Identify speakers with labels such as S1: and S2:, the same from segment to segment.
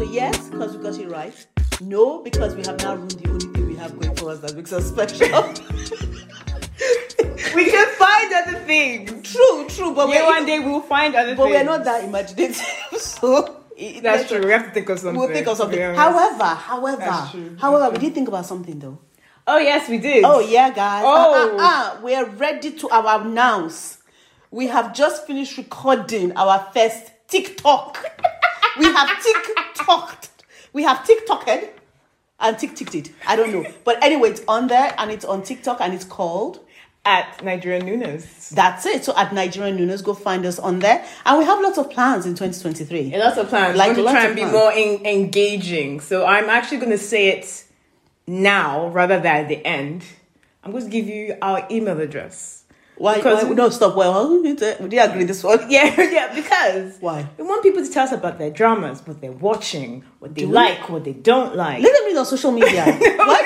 S1: because we got it right. No, because we have now ruined the only thing we have going for us that makes us special.
S2: we can find other things.
S1: true, true, but
S2: Yeah,
S1: we're
S2: one day we'll find other
S1: but
S2: things.
S1: we're not that imaginative, so it-
S2: That's true. We have to think of something.
S1: We'll think of something.
S2: Yeah.
S1: However, however,
S2: That's true.
S1: however, we did think about something though.
S2: oh yes, we did.
S1: Oh yeah, guys.
S2: Oh.
S1: Ah, ah, ah. We're ready to our announce. We have just finished recording our first TikTok. we have TikToked. We have TikToked and TikToked it. I don't know. But anyway, it's on there and it's on TikTok and it's called
S2: At Nigerian Nunes.
S1: That's It. So at Nigerian Nunes, go find us on there. And we have lots of plans in 2023.
S2: Lots of plans.
S1: Like,
S2: Like to
S1: lots
S2: try
S1: of
S2: and be
S1: plans.
S2: more en- engaging. So I'm actually going to say it now rather than at the end. I'm going to give you our email address.
S1: Why?
S2: Because-
S1: why- no, stop. Well, we did agree this one.
S2: Yeah, yeah, because
S1: Why?
S2: we want people to tell us about their dramas, what they're watching, what they
S1: Do we?
S2: like, what they don't like.
S1: Let them read on social media. My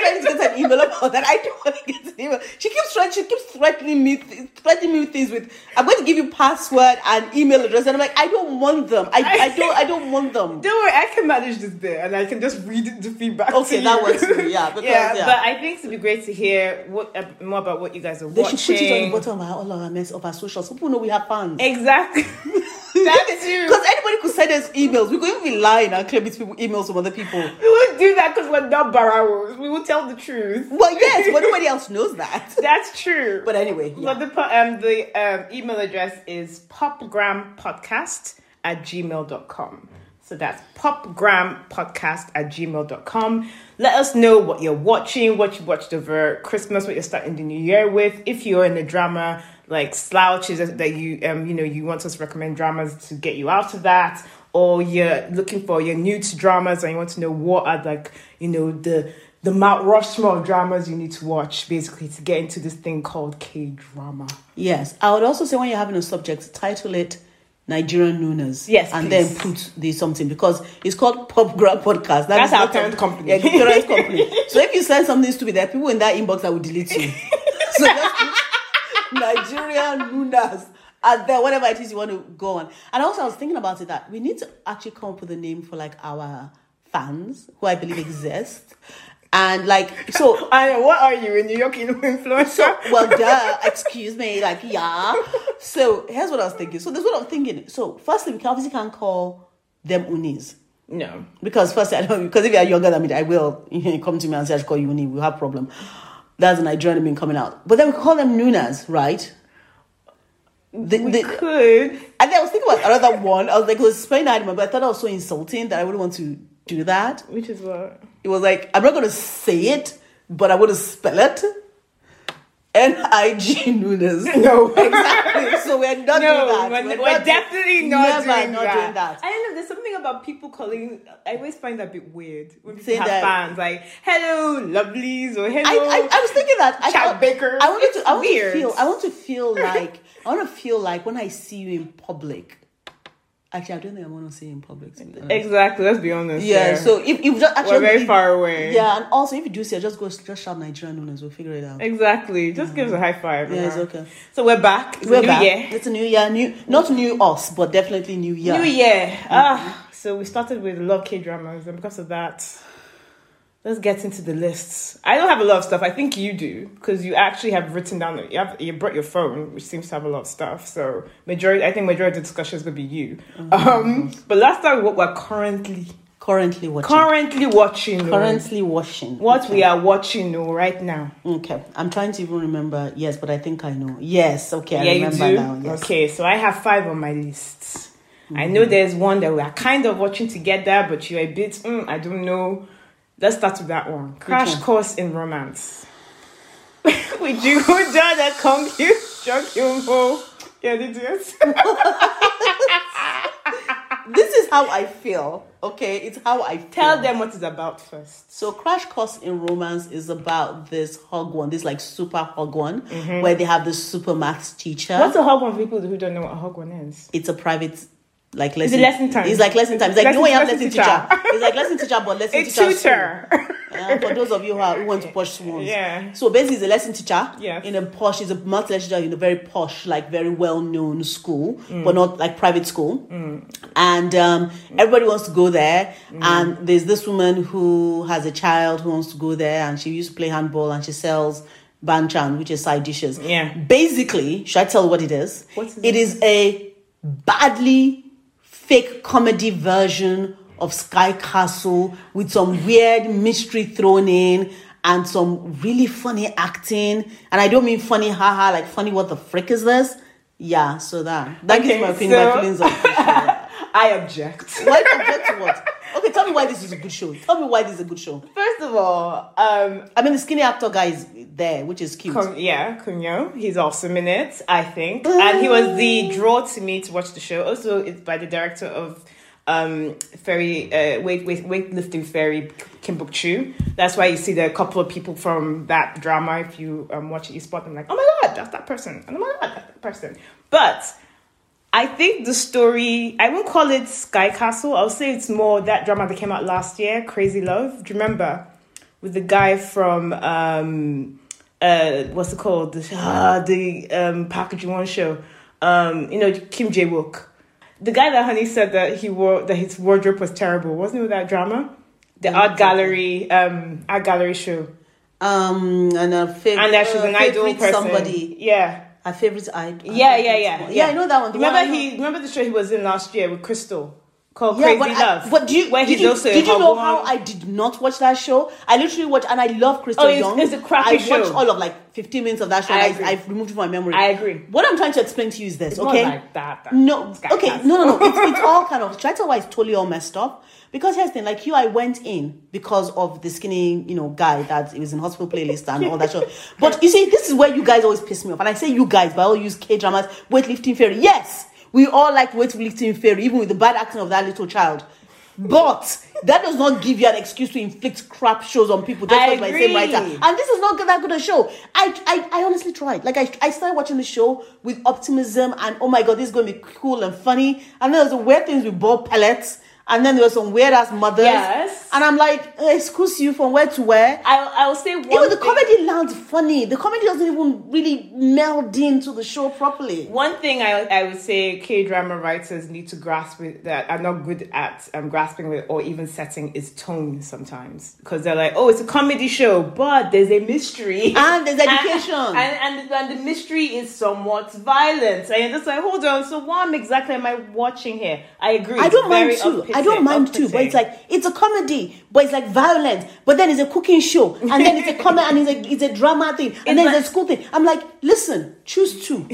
S1: friend gets an email about that. I don't want to get an email. She keeps threat- she keeps threatening me, th- threatening me with things. With I'm going to give you password and email address, and I'm like, I don't want them. I, I don't I don't want them.
S2: Don't worry, I can manage this bit and I can just read the feedback. to
S1: Okay, that
S2: you.
S1: works for me, yeah, because, yeah.
S2: but I think it'd be great to hear what uh, more about what you guys are
S1: They
S2: watching.
S1: should put it on the bottom of our, all of our mess of our socials. People know we have fans.
S2: Exactly. Eh, That's you.
S1: Because anybody could send us emails. We could even be lying and claim it's people emails from other people.
S2: We won't do that because we're not barrows. We will tell the truth.
S1: Well, yes, but nobody else knows that.
S2: That's true.
S1: But anyway, yeah.
S2: But the po- um the um, email address is popgrampodcast at gmail.com. So that's popgrampodcast at gmail.com. Let us know what you're watching, what you watched over Christmas, what you're starting the new year with. If you're in a drama like slouches that you um you know you want us to recommend dramas to get you out of that or you're looking for your new to dramas and you want to know what are like you know the the Mount Rushmore of dramas you need to watch basically to get into this thing called K drama.
S1: Yes, I would also say when you're having a subject, title it Nigerian Nooners.
S2: Yes,
S1: and
S2: please.
S1: then put the something because it's called Pop Grab Podcast. That
S2: That's
S1: is
S2: our
S1: not
S2: parent
S1: a-
S2: company.
S1: Yeah, the parent company. So if you send something stupid, there are people in that inbox that will delete you. so just put Nigerian Nooners. And then whatever it is you want to go on. And also, I was thinking about it that we need to actually come up with a name for like our fans who I believe exist. And like, so
S2: And what are you a New York influencer?
S1: well, duh, excuse me, like, yeah. So here's what I was thinking. So this is what I'm thinking. So firstly, we can obviously can't call them unis.
S2: No.
S1: Because firstly, I don't, because if you are younger than me, I will come to me and say, I should call you uni. We'll have problem. That's an Nigerian being coming out. But then we could call them Nunas, right? The,
S2: We
S1: the-
S2: could.
S1: and then I was thinking about another one. I was like, it was spelling out in my but I thought I was so insulting that I wouldn't want to do that.
S2: Which is what?
S1: It was like, I'm not going to say it, but I want to spell it. N-I-G Nunes.
S2: No.
S1: Exactly. So we're not
S2: No,
S1: doing that.
S2: we're, we're
S1: not doing-
S2: definitely not,
S1: never
S2: doing,
S1: not
S2: that.
S1: doing that.
S2: I don't know. There's something about people calling. I always find that a bit weird when people
S1: Say
S2: have
S1: that.
S2: fans like "Hello, lovelies" or "Hello."
S1: I, I, I was thinking that I
S2: Chad
S1: thought-
S2: Baker.
S1: I wanted
S2: It's
S1: to I want
S2: weird.
S1: to feel I want to feel like I want to feel like when I see you in public. Actually, I don't think I want to see you in public. to be honest.
S2: exactly. Let's be honest.
S1: Yeah,
S2: here.
S1: so if if just actually
S2: we're very
S1: if-
S2: far away.
S1: Yeah, and also if you do see, it, just go just shout Nigerian Nunes. We'll figure it out.
S2: Exactly. Just give us a high five.
S1: Yeah, it's
S2: man.
S1: okay.
S2: So we're back. It's a
S1: We're
S2: new
S1: back.
S2: year.
S1: It's a new year, new not new us, but definitely new year.
S2: New year.
S1: Mm-hmm.
S2: Ah, so we started with love K dramas, and because of that, let's get into the lists. I don't have a lot of stuff. I think you do because you actually have written down. You have you brought your phone, which seems to have a lot of stuff. So majority, I think majority of the discussion is going to be you. Um, but let's start with what we're currently
S1: Currently Mm-hmm.
S2: currently watching.
S1: watching.
S2: oh.
S1: currently watching.
S2: What we are watching oh, right now.
S1: Okay, I'm trying to even remember. Yes, but I think I know. Yes, okay, I remember now. Yes.
S2: Okay, so I have five on my list. I know there's one that we are kind of watching together, but you're a bit, mm, I don't know. Let's start with that one. Crash
S1: one?
S2: Course in Romance. Would you go down that Kong Yu Jung Hyun Ho? Yeah, they do.
S1: This is how I feel. Okay, it's how I feel.
S2: Tell them what it's about first.
S1: So, Crash Course in Romance is about this hog one, this like super hog one, where they have this super maths teacher.
S2: What's a hog one for people who don't know what a hog one is?
S1: it's a private. Like lesson,
S2: lesson time.
S1: It's like lesson time. It's like
S2: Lesson-
S1: no way I'm
S2: lesson
S1: lesson teacher.
S2: teacher.
S1: It's like lesson teacher, but lesson
S2: A
S1: teacher.
S2: tutor.
S1: school. Uh, for those of you who, are, who want to posh swans.
S2: Yeah.
S1: So basically, he's a lesson teacher.
S2: Yes.
S1: In a posh, he's a math lesson teacher in a very posh, like very well-known school,
S2: Mm.
S1: but not like private school. And um, everybody wants to go there.
S2: Mm.
S1: And there's this woman who has a child who wants to go there, and she used to play handball, and she sells banchan, which is side dishes.
S2: Yeah.
S1: Basically, should I tell what it is?
S2: What is
S1: it is a badly fake comedy version of Sky Castle with some weird mystery thrown in and some really funny acting. And I don't mean funny, haha, like funny, what the frick is this? Yeah, so that that gives
S2: Okay,
S1: my opinion,
S2: so-
S1: my feelings on the show.
S2: I object.
S1: Why object to what? Okay, tell me why this is a good show. Tell me why this is a good show.
S2: First of all, um,
S1: I mean, the skinny actor guy is there, which is cute.
S2: Kun- yeah, Kunyo, he's awesome in it, I think. And he was the draw to me to watch the show. Also, it's by the director of um fairy uh weight, weight weightlifting fairy Kimbukchu. That's why you see the couple of people from that drama. If you um, watch it, you spot them like, oh my god, that's that person, and oh my god, that's that person. But I think the story, I won't call it Sky Castle. I'll say it's more that drama that came out last year, Crazy Love. Do you remember? With the guy from, um, uh, what's it called? The, ah, the um, Park Ji-won show. Um, you know, Kim Jae-wook. The guy that Honey said that he wore, that his wardrobe was terrible. Wasn't it with that drama? The
S1: Mm-hmm.
S2: art gallery, um, art gallery show.
S1: Um, and a fav-
S2: And that she's an
S1: uh,
S2: idol
S1: favorite
S2: person.
S1: Somebody,
S2: Yeah.
S1: a favorite idol.
S2: Yeah, yeah, yeah,
S1: yeah. I know that one. The
S2: remember
S1: one I know-
S2: he? Remember the show he was in last year with Crystal called
S1: Yeah,
S2: Crazy
S1: but I-
S2: Love.
S1: but do you,
S2: where
S1: did
S2: he's
S1: you,
S2: also
S1: did
S2: in
S1: you know how
S2: Hogwarts.
S1: I did not watch that show? I literally watched, and I love Crystal
S2: Oh, it's-
S1: Young.
S2: it's a crappy
S1: I watched
S2: show.
S1: all of like 15 minutes of that show.
S2: I
S1: and
S2: agree.
S1: I, I've removed it from my memory.
S2: I agree.
S1: What I'm trying to explain to you is this,
S2: It's
S1: okay?
S2: Not like that, that.
S1: No,
S2: It's got
S1: okay,
S2: cast.
S1: no, no, no. It's, it's all kind of. Should I tell why it's totally all messed up? Because here's the thing, like you, I went in because of the skinny, you know, guy that it was in hospital playlist and all that show. But you see, this is where you guys always piss me off, and I say you guys, but I all use K dramas, weightlifting fairy. Yes, we all like weightlifting fairy, even with the bad acting of that little child. But that does not give you an excuse to inflict crap shows on people. That's
S2: I
S1: what my same writer.
S2: agree.
S1: And this is not that good a show. I, I, I honestly tried. Like, I, I started watching the show with optimism and, oh my God, this is going to be cool and funny. And then there's the weird things with ball pellets. And then there were some weird ass mothers.
S2: Yes.
S1: And I'm like, eh, excuse you from where to where.
S2: I I will say one.
S1: Even the
S2: thing.
S1: comedy lands funny. The comedy doesn't even really meld into the show properly.
S2: One thing I, I would say K drama writers need to grasp with that are not good at um, grasping with or even setting is tone sometimes because they're like oh it's a comedy show but there's a mystery
S1: And there's education.
S2: and and, and, and the mystery is somewhat violent and you're just like hold on so what exactly am I watching here I agree
S1: I
S2: it's
S1: don't mind
S2: very
S1: too. I
S2: off-putting-
S1: don't mind too. But
S2: off-putting.
S1: it's like it's a comedy, but it's like violent. But then it's a cooking show, and then it's a comedy, and it's a it's a drama thing, and then
S2: like-
S1: it's a school thing. I'm like, listen, choose two.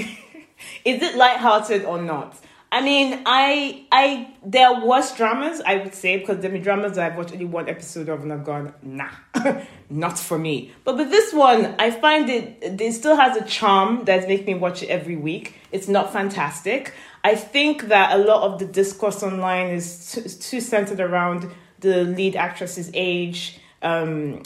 S2: is it lighthearted or not? I mean, I I there are worse dramas I would say because there are dramas that I've watched only one episode of and I've gone nah, not for me. But with this one, I find it it still has a charm that's making me watch it every week. It's not fantastic. I think that a lot of the discourse online is too, is too centered around the lead actress's age. Um,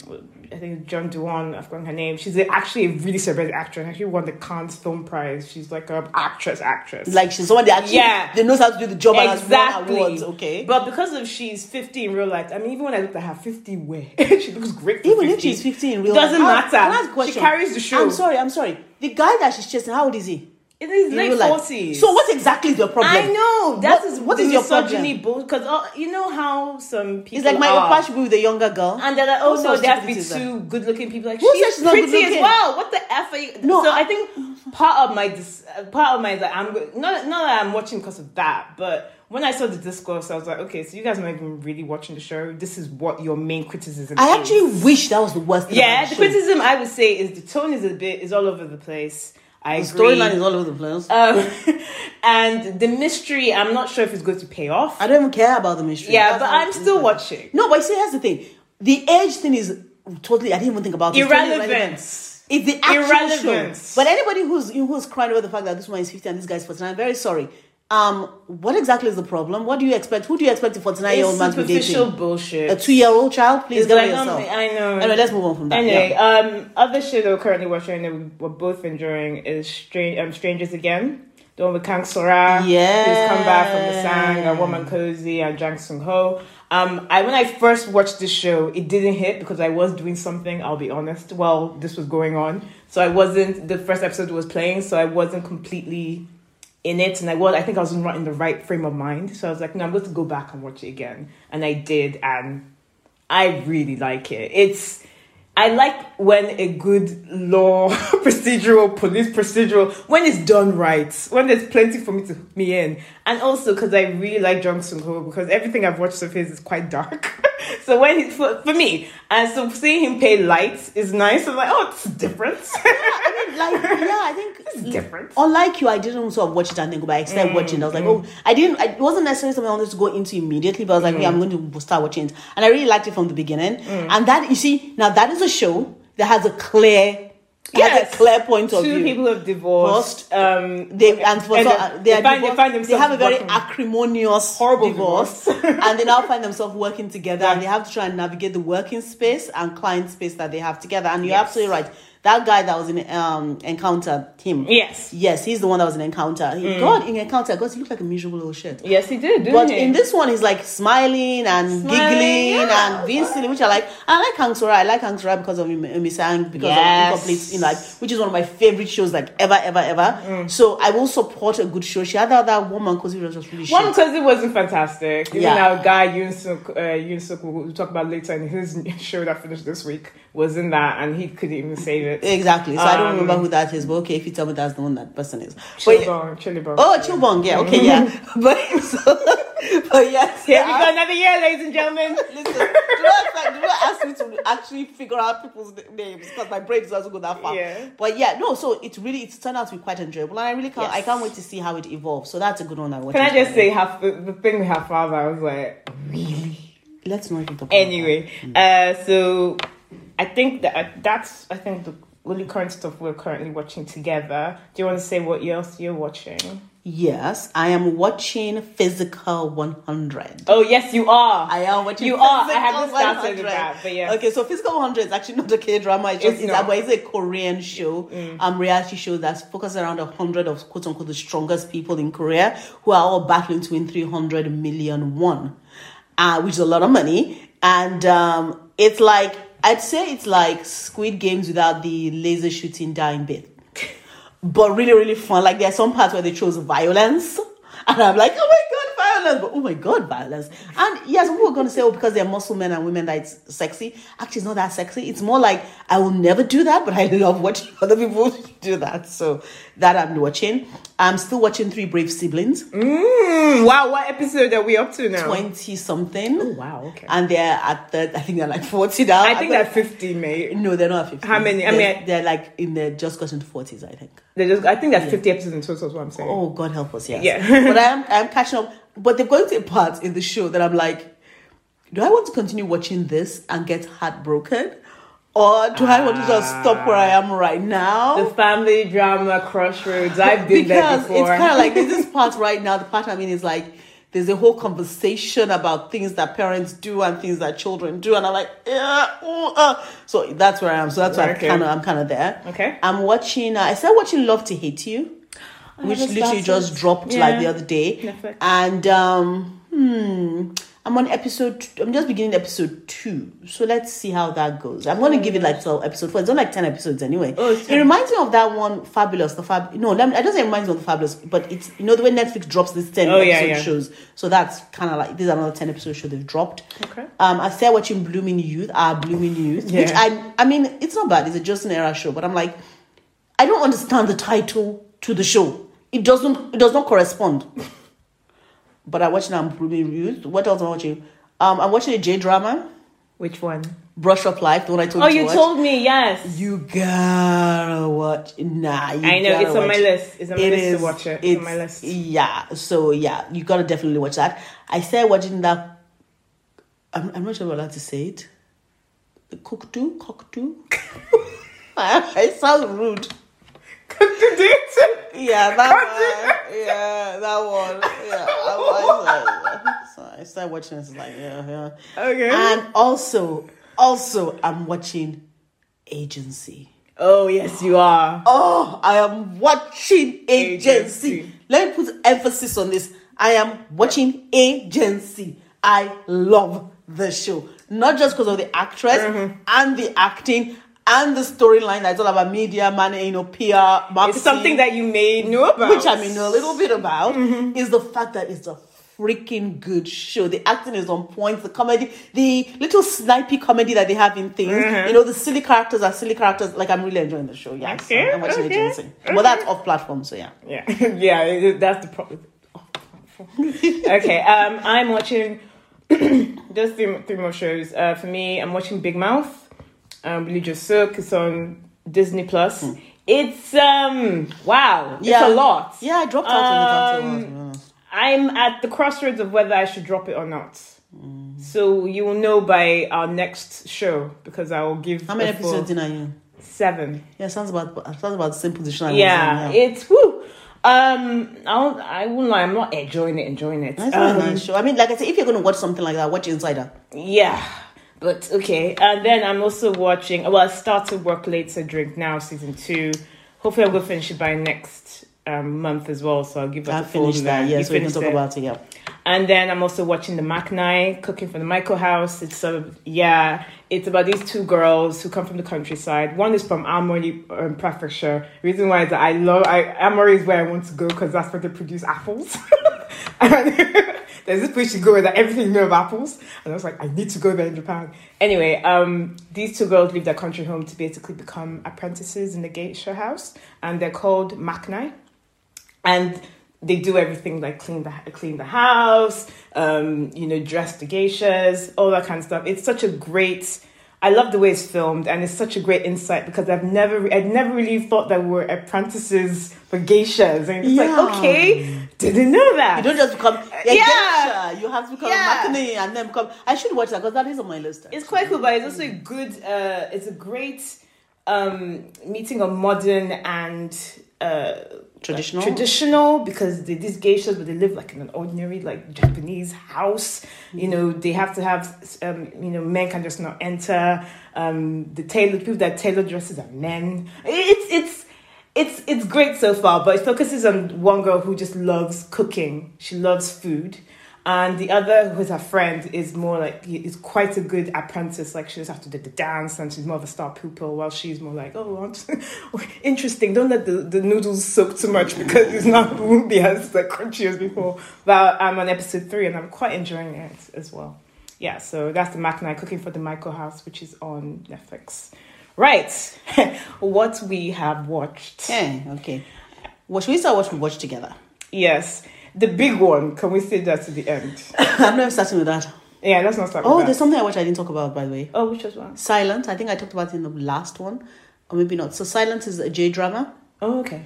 S2: I think John Duan, I've forgotten her name. She's a- actually a really celebrated actress. Actually won the Cannes Film Prize. She's like an actress, actress.
S1: Like she's someone that actually
S2: Yeah.
S1: they knows how to do the job and has
S2: exactly.
S1: won awards. Okay,
S2: But because of she's 50 in real life, I mean, even when I looked at her, 50 where? she looks great for
S1: even
S2: 50.
S1: if she's 15 in real
S2: Doesn't
S1: life,
S2: matter.
S1: Can I ask a
S2: She
S1: question?
S2: carries the show.
S1: I'm sorry. I'm sorry. The guy that she's chasing, how old is he?
S2: It is
S1: In
S2: late
S1: real life.
S2: 40s.
S1: So what exactly is your problem?
S2: I know. That is
S1: what is your problem?
S2: misogyny bullshit. Because you know how some people.
S1: It's like my
S2: are.
S1: oppa should be with a younger girl.
S2: Ah. And they're like, oh no,
S1: sort of
S2: they have to be
S1: stupidity is
S2: two good looking people. Like,
S1: Who
S2: she's,
S1: said she's not
S2: pretty as
S1: good-looking?
S2: well. What the F are you?
S1: No,
S2: so I,
S1: I-
S2: think part of my, dis- uh, part of my, like, I'm, not, not that I'm watching because of that, but when I saw the discourse, I was like, okay, so you guys are not even really watching the show. This is what your main criticism
S1: I
S2: is.
S1: actually wish that was the worst. Thing
S2: yeah,
S1: about
S2: the
S1: show.
S2: criticism I would say is the tone is a bit, is all over the place. I
S1: The
S2: agree.
S1: storyline is all over the place.
S2: um, and the mystery, I'm not sure if it's going to pay off.
S1: I don't even care about the mystery.
S2: Yeah,
S1: That's
S2: but
S1: how
S2: I'm
S1: it is.
S2: still watching.
S1: No, but see, here's the thing. The age thing is totally. I didn't even think about it. It's totally
S2: Irrelevant.
S1: It's the actual
S2: Irrelevant.
S1: show. But anybody who's who's crying over the fact that this one is fifty and this guy's forty nine, I'm very sorry. Um, what exactly is the problem? What do you expect? Who do you expect a forty nine year
S2: It's
S1: old man to be
S2: superficial
S1: dating?
S2: bullshit.
S1: A two year old child, please
S2: It's
S1: get
S2: like,
S1: over yourself.
S2: um, I know.
S1: Anyway, let's move on from that.
S2: Anyway,
S1: Yeah.
S2: um, other show that we're currently watching that we- we're both enjoying is Strange um, Strangers Again. Don with Kang Sora,
S1: Yeah.
S2: who's come back from the sang, and Woman Cozy, and Jang Sung Ho. Um, I when I first watched the show, it didn't hit because I was doing something. I'll be honest. While this was going on, so I wasn't. The first episode was playing, so I wasn't completely in it, and I was. I think I was in right- in the right frame of mind, so I was like, no, I'm going to go back and watch it again, and I did, and I really like it. It's I like when a good law procedural, police procedural, when it's done right, when there's plenty for me to hook me in, and also because I really like Jung Sung Ho because everything I've watched of his is quite dark. so when he, for, for me, and so seeing him play light is nice. I'm like, oh, it's different.
S1: like yeah, I think
S2: It's different.
S1: Unlike you, I didn't sort of watch it and then go back. I started
S2: Mm,
S1: watching. I was like, oh, I didn't. It wasn't necessarily something I wanted to go into immediately, but I was
S2: Mm.
S1: like, yeah, I'm going to start watching it, and I really liked it from the beginning. And that you see, now that is a show that has a clear, has
S2: Yes.
S1: a clear point of
S2: Two
S1: view.
S2: people who have divorced. Um,
S1: they and for
S2: And
S1: so,
S2: then
S1: they,
S2: they
S1: are
S2: find- they
S1: divorced-
S2: find
S1: they have
S2: themselves
S1: a very
S2: working-
S1: acrimonious
S2: Horrible
S1: divorce, and they now find themselves working together and they have to try and navigate the working space and client space that they have together and you're
S2: Yes.
S1: absolutely right that guy that was in um encounter him
S2: Yes.
S1: yes he's the one that was in encounter
S2: Mm.
S1: he, god in encounter god he looked like a miserable old shit
S2: yes, he did. Didn't
S1: but
S2: he?
S1: in this one, he's like smiling and giggling
S2: yeah.
S1: and being silly, which I like. I like Hang Sora. I like Hang Sora because of Misang, because
S2: Yes.
S1: of Incomplete in Life, which is one of my favorite shows, like ever, ever, ever.
S2: Mm.
S1: So I will support a good show. She had that other woman because he was just really
S2: One
S1: shit.
S2: because it wasn't fantastic. Even
S1: Yeah.
S2: our guy Yoon Suk, uh, Yoon Suk, who we'll talk about later in his show that finished this week, was in that, and he couldn't even save it.
S1: Exactly. So I don't
S2: Um,
S1: remember who that is, but okay, if you tell me that's the one that person is. But,
S2: Chilibong, Chilibong.
S1: oh, Chubong. Yeah. Okay. Yeah.
S2: Mm-hmm.
S1: but so, but yes.
S2: Here we
S1: I-
S2: go, another year, ladies and gentlemen.
S1: Listen, do not, like, do not ask me to actually figure out people's na- names because my brain doesn't go that far.
S2: Yeah.
S1: But yeah, no. So it really it's turned out to be quite enjoyable, and I really can't. I
S2: Yes.
S1: can't wait to see how it evolves. So that's a good one. I watch.
S2: Can I just say, her, the, the thing with her father, I was like,
S1: Let's not even talk. about
S2: anyway. Uh, so I think that uh, that's, I think, the only current stuff we're currently watching together. Do you want to say what else you're watching?
S1: that. Yes, I am watching Physical One Hundred.
S2: Oh, yes, you are.
S1: I am watching.
S2: You are. I
S1: Physical
S2: haven't started
S1: 100.
S2: with that, but yeah.
S1: Okay, so Physical 100 is actually not a K drama. It's just
S2: It's
S1: it's,
S2: not. Mm.
S1: a, but it's a Korean show, um, reality show that's focused around a hundred of quote unquote the strongest people in Korea who are all battling to win 300 million won, uh, which is a lot of money. And um, it's like I'd say it's like Squid Games without the laser shooting dying bit, but really really fun. Like there are some parts where they chose violence. And I'm like, oh my god, violence! But oh my god, violence! And yes, we were gonna say, oh, because they're muscle men and women, that it's sexy. Actually, it's not that sexy. It's more like I will never do that, but I love watching other people do that. So that I'm watching. I'm still watching Three Brave Siblings,
S2: Mm, wow, what episode are we up to now?
S1: twenty something. Oh
S2: wow, okay.
S1: And they're at the, I think they're like forty now.
S2: I think
S1: I'm
S2: they're
S1: like-
S2: 50, mate.
S1: no, they're not at fifty.
S2: How many? I
S1: They're-
S2: mean, I-
S1: they're like in the just got into forties, I think.
S2: They just, I think that's 50 episodes in total, is what I'm saying.
S1: Oh God help us, yes.
S2: Yeah.
S1: but I am I am catching up. But they've gone to a part in the show that I'm like, do I want to continue watching this and get heartbroken? Or do I want to just stop where I am right now?
S2: The family drama crossroads. I've been there
S1: Oh. because
S2: before.
S1: it's kind of like there's this part right now. The part I'm in is like there's a whole conversation about things that parents do and things that children do, and I'm like, yeah, oh, uh. so that's where I am. So that's why
S2: Okay.
S1: I'm kind of I'm kind of there.
S2: Okay.
S1: I'm watching. Uh, I started watching Love to Hate You, which
S2: haven't
S1: literally
S2: started.
S1: just dropped like the
S2: Yeah.
S1: other day,
S2: Netflix.
S1: and um, hmm, I'm on episode. T- I'm just beginning episode two, so let's see how that goes. I'm gonna give it like till episode four. It's not like ten episodes anyway.
S2: Oh, it's
S1: It reminds me of that one, Fabulous. The Fab. No, let me, I don't say it reminds me of the Fabulous, but it's you know the way Netflix drops these ten
S2: Oh,
S1: episode
S2: yeah, yeah.
S1: shows. So that's kind of like these are another ten episode show they've dropped.
S2: Okay.
S1: Um, I started watching Blooming Youth. Ah, Blooming Youth, which
S2: Yeah.
S1: I I mean it's not bad. It's a Justin Era show, but I'm like, I don't understand the title to the show. It doesn't. It does not correspond. but I watched now Blooming Youth. What else am I watching? Um, I'm watching a J drama,
S2: Which one?
S1: Brush Up Life, the one I told
S2: Oh,
S1: you. to
S2: you
S1: watch.
S2: told me, yes.
S1: You gotta watch. Nah, you
S2: I know,
S1: gotta
S2: it's on my
S1: watch.
S2: list. It's on my
S1: It
S2: list
S1: is-
S2: to watch it. It's on my
S1: it's- e-
S2: list.
S1: Yeah, so yeah, you gotta definitely watch that. I started watching that. I'm, I'm not sure if I'm allowed to say it. The Cockatoo? Cockatoo? it sounds rude. Yeah, that one. Yeah, that one. Yeah, I was like, so I started watching this. Like, yeah, yeah.
S2: Okay.
S1: And also, also, I'm watching Agency.
S2: oh, yes, you are.
S1: Oh, I am watching Agency.
S2: Agency.
S1: Let me put emphasis on this. I am watching Agency. I love the show. Not just because of the actress
S2: Mm-hmm.
S1: and the acting and the storyline that's all about media, money, you know, PR, marketing.
S2: It's something that you may know about.
S1: Which I may know a little bit about
S2: Mm-hmm.
S1: is the fact that it's a freaking good show. The acting is on point, the comedy, the little snipey comedy that they have in things.
S2: Mm-hmm.
S1: You know, the silly characters are silly characters. Like, I'm really enjoying the show. Yeah, so
S2: Okay,
S1: I'm watching
S2: okay,
S1: Agency. Well, that's off platform, so yeah.
S2: Yeah, yeah, it- it- that's the problem. okay, um, I'm watching just three, mo- three more shows. Uh, for me, I'm watching Big Mouth, um, Religious Silk. It's on Disney Plus. It's um, wow,
S1: Hmm. Yeah.
S2: it's a lot.
S1: Yeah, I dropped out
S2: Um,
S1: on the afterwards.
S2: I'm at the crossroads of whether I should drop it or not.
S1: Hmm.
S2: So you will know by our next show because I will give
S1: How many
S2: a full
S1: episodes in are you?
S2: Seven.
S1: Yeah, sounds about sounds about the same position. I was
S2: yeah,
S1: in,
S2: it's woo. Um, I won't, I won't lie, I'm not enjoying it, enjoying it.
S1: That's
S2: Um,
S1: a nice show. I mean, like I said, if you're going to watch something like that, watch Insider.
S2: Yeah, but okay. And then I'm also watching. Well, I started work later, drink now, season two. Hopefully, i will finish it by next um, month as well. So I'll give that
S1: I
S2: a full
S1: finished that.
S2: there.
S1: Yeah,
S2: You
S1: so we can
S2: finished
S1: talk
S2: it.
S1: about it. Yeah.
S2: And then I'm also watching the Macnai cooking from the Michael House. It's a yeah. It's about these two girls who come from the countryside. One is from Amory um, Prefecture. Reason why is that I love I, Amory is where I want to go because that's where they produce apples. and there's this place you go that everything you know of apples, and I was like, I need to go there in Japan. Anyway, um, these two girls leave their country home to basically become apprentices in the geisha house, and they're called Macnai and they do everything like clean the clean the house, um, you know, dress the geishas, all that kind of stuff. It's such a great. I love the way it's filmed, and it's such a great insight because I've never, I'd never really thought that we were apprentices for geishas, and it's like,
S1: Yeah.
S2: okay, didn't know that.
S1: You don't just become a
S2: Yeah.
S1: geisha. You have to become
S2: Yeah.
S1: a macne and then become. I should watch that because that is on my list.
S2: it's quite cool, but it's also a good. Uh, it's a great um, meeting of modern and uh,
S1: Traditional?
S2: like, traditional because they, these geishas, but they live like in an ordinary like Japanese house. You know, they have to have. Um, you know, men can just not enter. Um, the tailor people that tailor dresses are men. It's it's. It's it's great so far, but it focuses on one girl who just loves cooking. She loves food, and the other, who's her friend, is more like is quite a good apprentice. Like she just have to do the dance, and she's more of a star pupil. While she's more like, oh, aren't- interesting. Don't let the, the noodles soak too much because it's not it won't be as like crunchy as before. But I'm on episode three, and I'm quite enjoying it as well. Yeah, so that's the Mac and I cooking for the Michael House, which is on Netflix. Right, what we have watched.
S1: Yeah. Okay. What should we start? What we watch together?
S2: Yes, the big one. Can we say that to the end?
S1: I'm not starting with that.
S2: Yeah, let's not start. with
S1: Oh,
S2: that.
S1: there's something I watched I didn't talk about by the way.
S2: Oh, which was one?
S1: Silent. I think I talked about it in the last one, or maybe not. So Silent is a J drama.
S2: Oh, okay.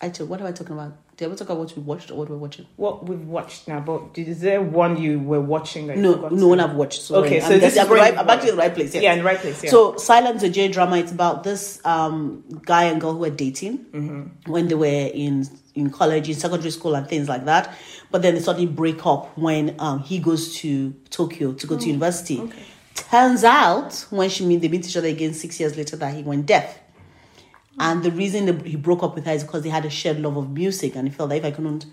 S1: I t- what am I talking about? Did I ever talk about what we watched or what we're watching?
S2: What we've watched now, but is there one you were watching that you
S1: No,
S2: forgot?
S1: no one I've watched. So
S2: Okay,
S1: I'm
S2: so
S1: guessing
S2: this is
S1: I'm,
S2: where
S1: right,
S2: you
S1: I'm
S2: watch.
S1: actually in the right place.
S2: Yeah.
S1: Yeah.
S2: in the right place. Yeah.
S1: So Silence a J drama. It's about this um, guy and girl who were dating when they were in in college, in secondary school, and things like that. But then they suddenly break up when um, he goes to Tokyo to go to university. Turns out when she meet they meet each other again six years later that he went deaf. And the reason that he broke up with her is because they had a shared love of music, and he felt that if I couldn't,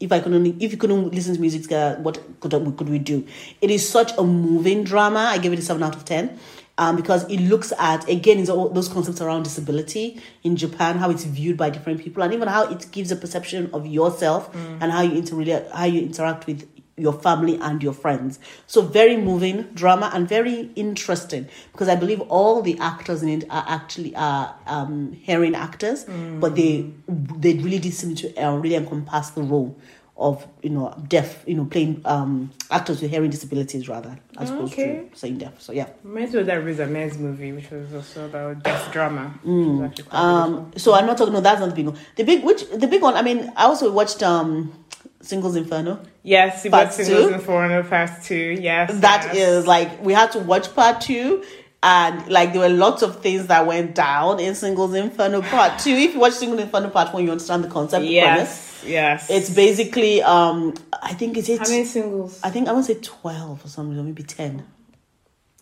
S1: if I couldn't, if you couldn't listen to music together, what could what could we do? It is such a moving drama. I give it a seven out of ten, um, because it looks at again it's all those concepts around disability in Japan, how it's viewed by different people, and even how it gives a perception of yourself and how you interrelate, how you interact with your family and your friends. So very moving drama and very interesting because I believe all the actors in it are actually are um, hearing actors, but they they really did seem to uh, really encompass the role of you know deaf you know playing um, actors with hearing disabilities rather as opposed
S2: Okay.
S1: to saying deaf. So yeah.
S2: Reminds me of that Riz Ahmed's movie, which was also about death drama. Which was actually quite good.
S1: Mm, Um, so I'm not talking. No, that's not the big one. The big which the big one. I mean, I also watched um, Singles Inferno.
S2: yes, it
S1: part
S2: was Singles
S1: two?
S2: and Foreigner Part Two. Yes,
S1: That is
S2: yes.
S1: like we had to watch part two and like there were lots of things that went down in singles inferno part two if you watch singles inferno part one you understand the concept the premise.
S2: yes, yes.
S1: it's basically um i think is it
S2: how many singles?
S1: i think i want to say 12 or something or maybe 10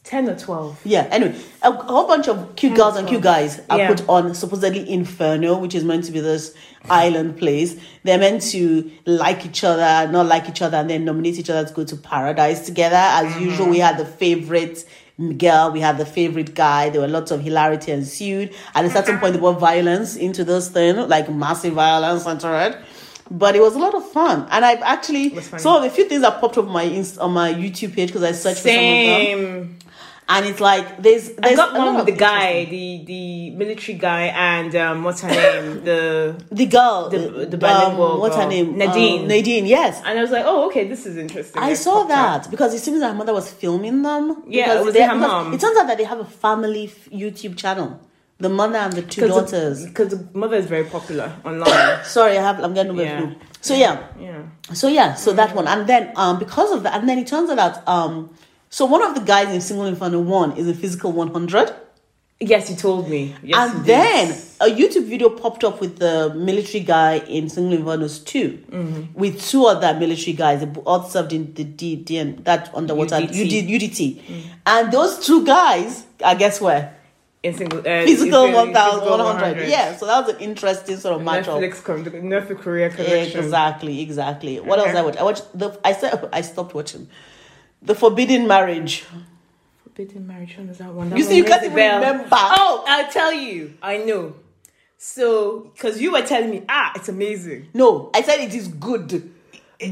S2: 10 or 12.
S1: Yeah, anyway, a whole bunch of cute girls and cute guys are
S2: Yeah.
S1: put on supposedly Inferno, which is meant to be this island place. They're meant to like each other, not like each other, and then nominate each other to go to paradise together. As
S2: Mm-hmm.
S1: usual, we had the favorite girl, we had the favorite guy. There were lots of hilarity ensued. At a certain point, there were violence into this thing, like massive violence into it. But it was a lot of fun, and I've actually
S2: was funny.
S1: some of the few things that popped up on my inst- on my YouTube page because I searched for some of them
S2: Same.
S1: and it's like there's there's
S2: I got
S1: a lot
S2: one with
S1: of
S2: the guy,
S1: interesting-
S2: the, the military guy, and um, what's her name? the
S1: the girl,
S2: The-
S1: the,
S2: the bilingual
S1: um, what's her
S2: girl.
S1: name,
S2: Nadine.
S1: Um, Nadine, yes.
S2: And I was like, oh, okay, this is interesting.
S1: I
S2: It
S1: saw
S2: popped up.
S1: that because it seems that her mother was filming them.
S2: Yeah,
S1: because
S2: was
S1: they-
S2: it her
S1: because
S2: mom?
S1: It turns out that they have a family f- YouTube channel. The mother and the two daughters.
S2: Because the mother is very popular online.
S1: Sorry, I have I'm getting over
S2: Yeah.
S1: flu. So yeah,
S2: yeah.
S1: so yeah, so that one, and then um because of that, and then it turns out that um so one of the guys in Single Inferno One is a physical 100.
S2: Yes, you told me. Yes, you
S1: and
S2: did.
S1: then a YouTube video popped up with the military guy in Single Inverness 2
S2: Mm-hmm.
S1: with two other military guys, they both served in the D, DN, that underwater UDT.
S2: UDT.
S1: UD, UDT.
S2: Mm.
S1: And those two guys, I guess where?
S2: in single uh,
S1: Physical
S2: Israeli-
S1: 1100. Yeah, so that was an interesting sort of match up.
S2: Netflix, com- Netflix Korea connection.
S1: Exactly, exactly. What else
S2: Okay.
S1: I watch? I watched the I said I stopped watching. The Forbidden Marriage.
S2: Forbidden marriage. When was that one? That
S1: You
S2: one
S1: see, you
S2: rings
S1: can't
S2: a
S1: even
S2: bell.
S1: remember.
S2: Oh, I'll tell you. I know. So, because you were telling me, ah, it's amazing.
S1: No, I said it is good,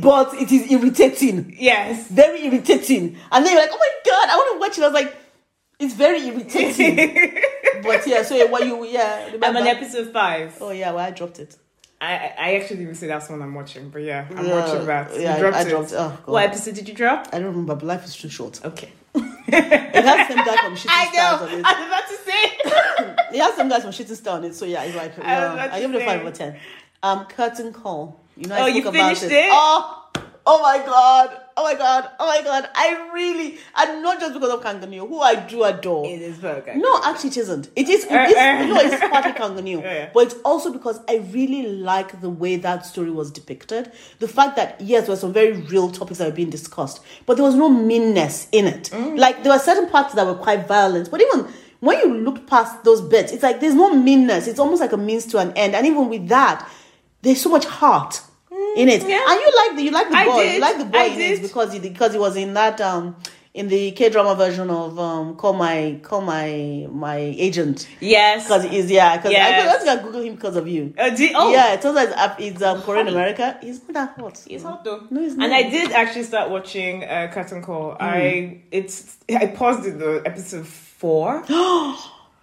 S1: but it is irritating.
S2: Yes.
S1: very irritating. And then you're like, oh my god, I want to watch it. I was like, it's very irritating. but yeah, so what you yeah,
S2: I'm
S1: remember?
S2: on episode five.
S1: oh yeah, well I dropped it.
S2: I, I actually didn't say that's one I'm watching, but yeah, I'm
S1: Yeah,
S2: watching that.
S1: yeah,
S2: you dropped
S1: I
S2: it.
S1: dropped- oh, God.
S2: what episode did you drop?
S1: I don't remember, but life is too short.
S2: Okay.
S1: It has some guy from shooting
S2: I
S1: stars
S2: know.
S1: on
S2: I was
S1: it.
S2: about to say.
S1: It has some guys from shooting star on it. So yeah, it's like
S2: I was
S1: yeah,
S2: about
S1: I
S2: to
S1: give it a
S2: say.
S1: five over ten. Um, curtain call. You know, I
S2: Oh,
S1: spoke
S2: you
S1: about
S2: finished it?
S1: Oh, oh my god. Oh my god, oh my god, I really, and not just because of Kanganio, who I do adore.
S2: it is very good.
S1: No, actually, it isn't. It is. It
S2: Uh,
S1: is
S2: uh.
S1: no, it's partly Kanganil,
S2: Yeah, yeah.
S1: but it's also because I really like the way that story was depicted. The fact that yes, there were some very real topics that were being discussed, but there was no meanness in it.
S2: Mm.
S1: Like there were certain parts that were quite violent, but even when you look past those bits, it's like there's no meanness. It's almost like a means to an end, and even with that, there's so much heart. In it,
S2: Mm, yeah.
S1: and you like the you like the
S2: I
S1: boy, you
S2: did.
S1: like the boy
S2: I
S1: in it
S2: did.
S1: because he because he was in that um in the K drama version of um call my call my my agent
S2: Yes.
S1: because he is yeah because I
S2: Yes.
S1: was gonna Google him because of you.
S2: Uh, do- oh,
S1: Yeah, it turns out it's, uh, it's um, Korean America. He's not that hot.
S2: It's hot though.
S1: No, it's not.
S2: And
S1: Mm.
S2: I did actually start watching uh, Curtain Call. I it's I paused in the episode four. so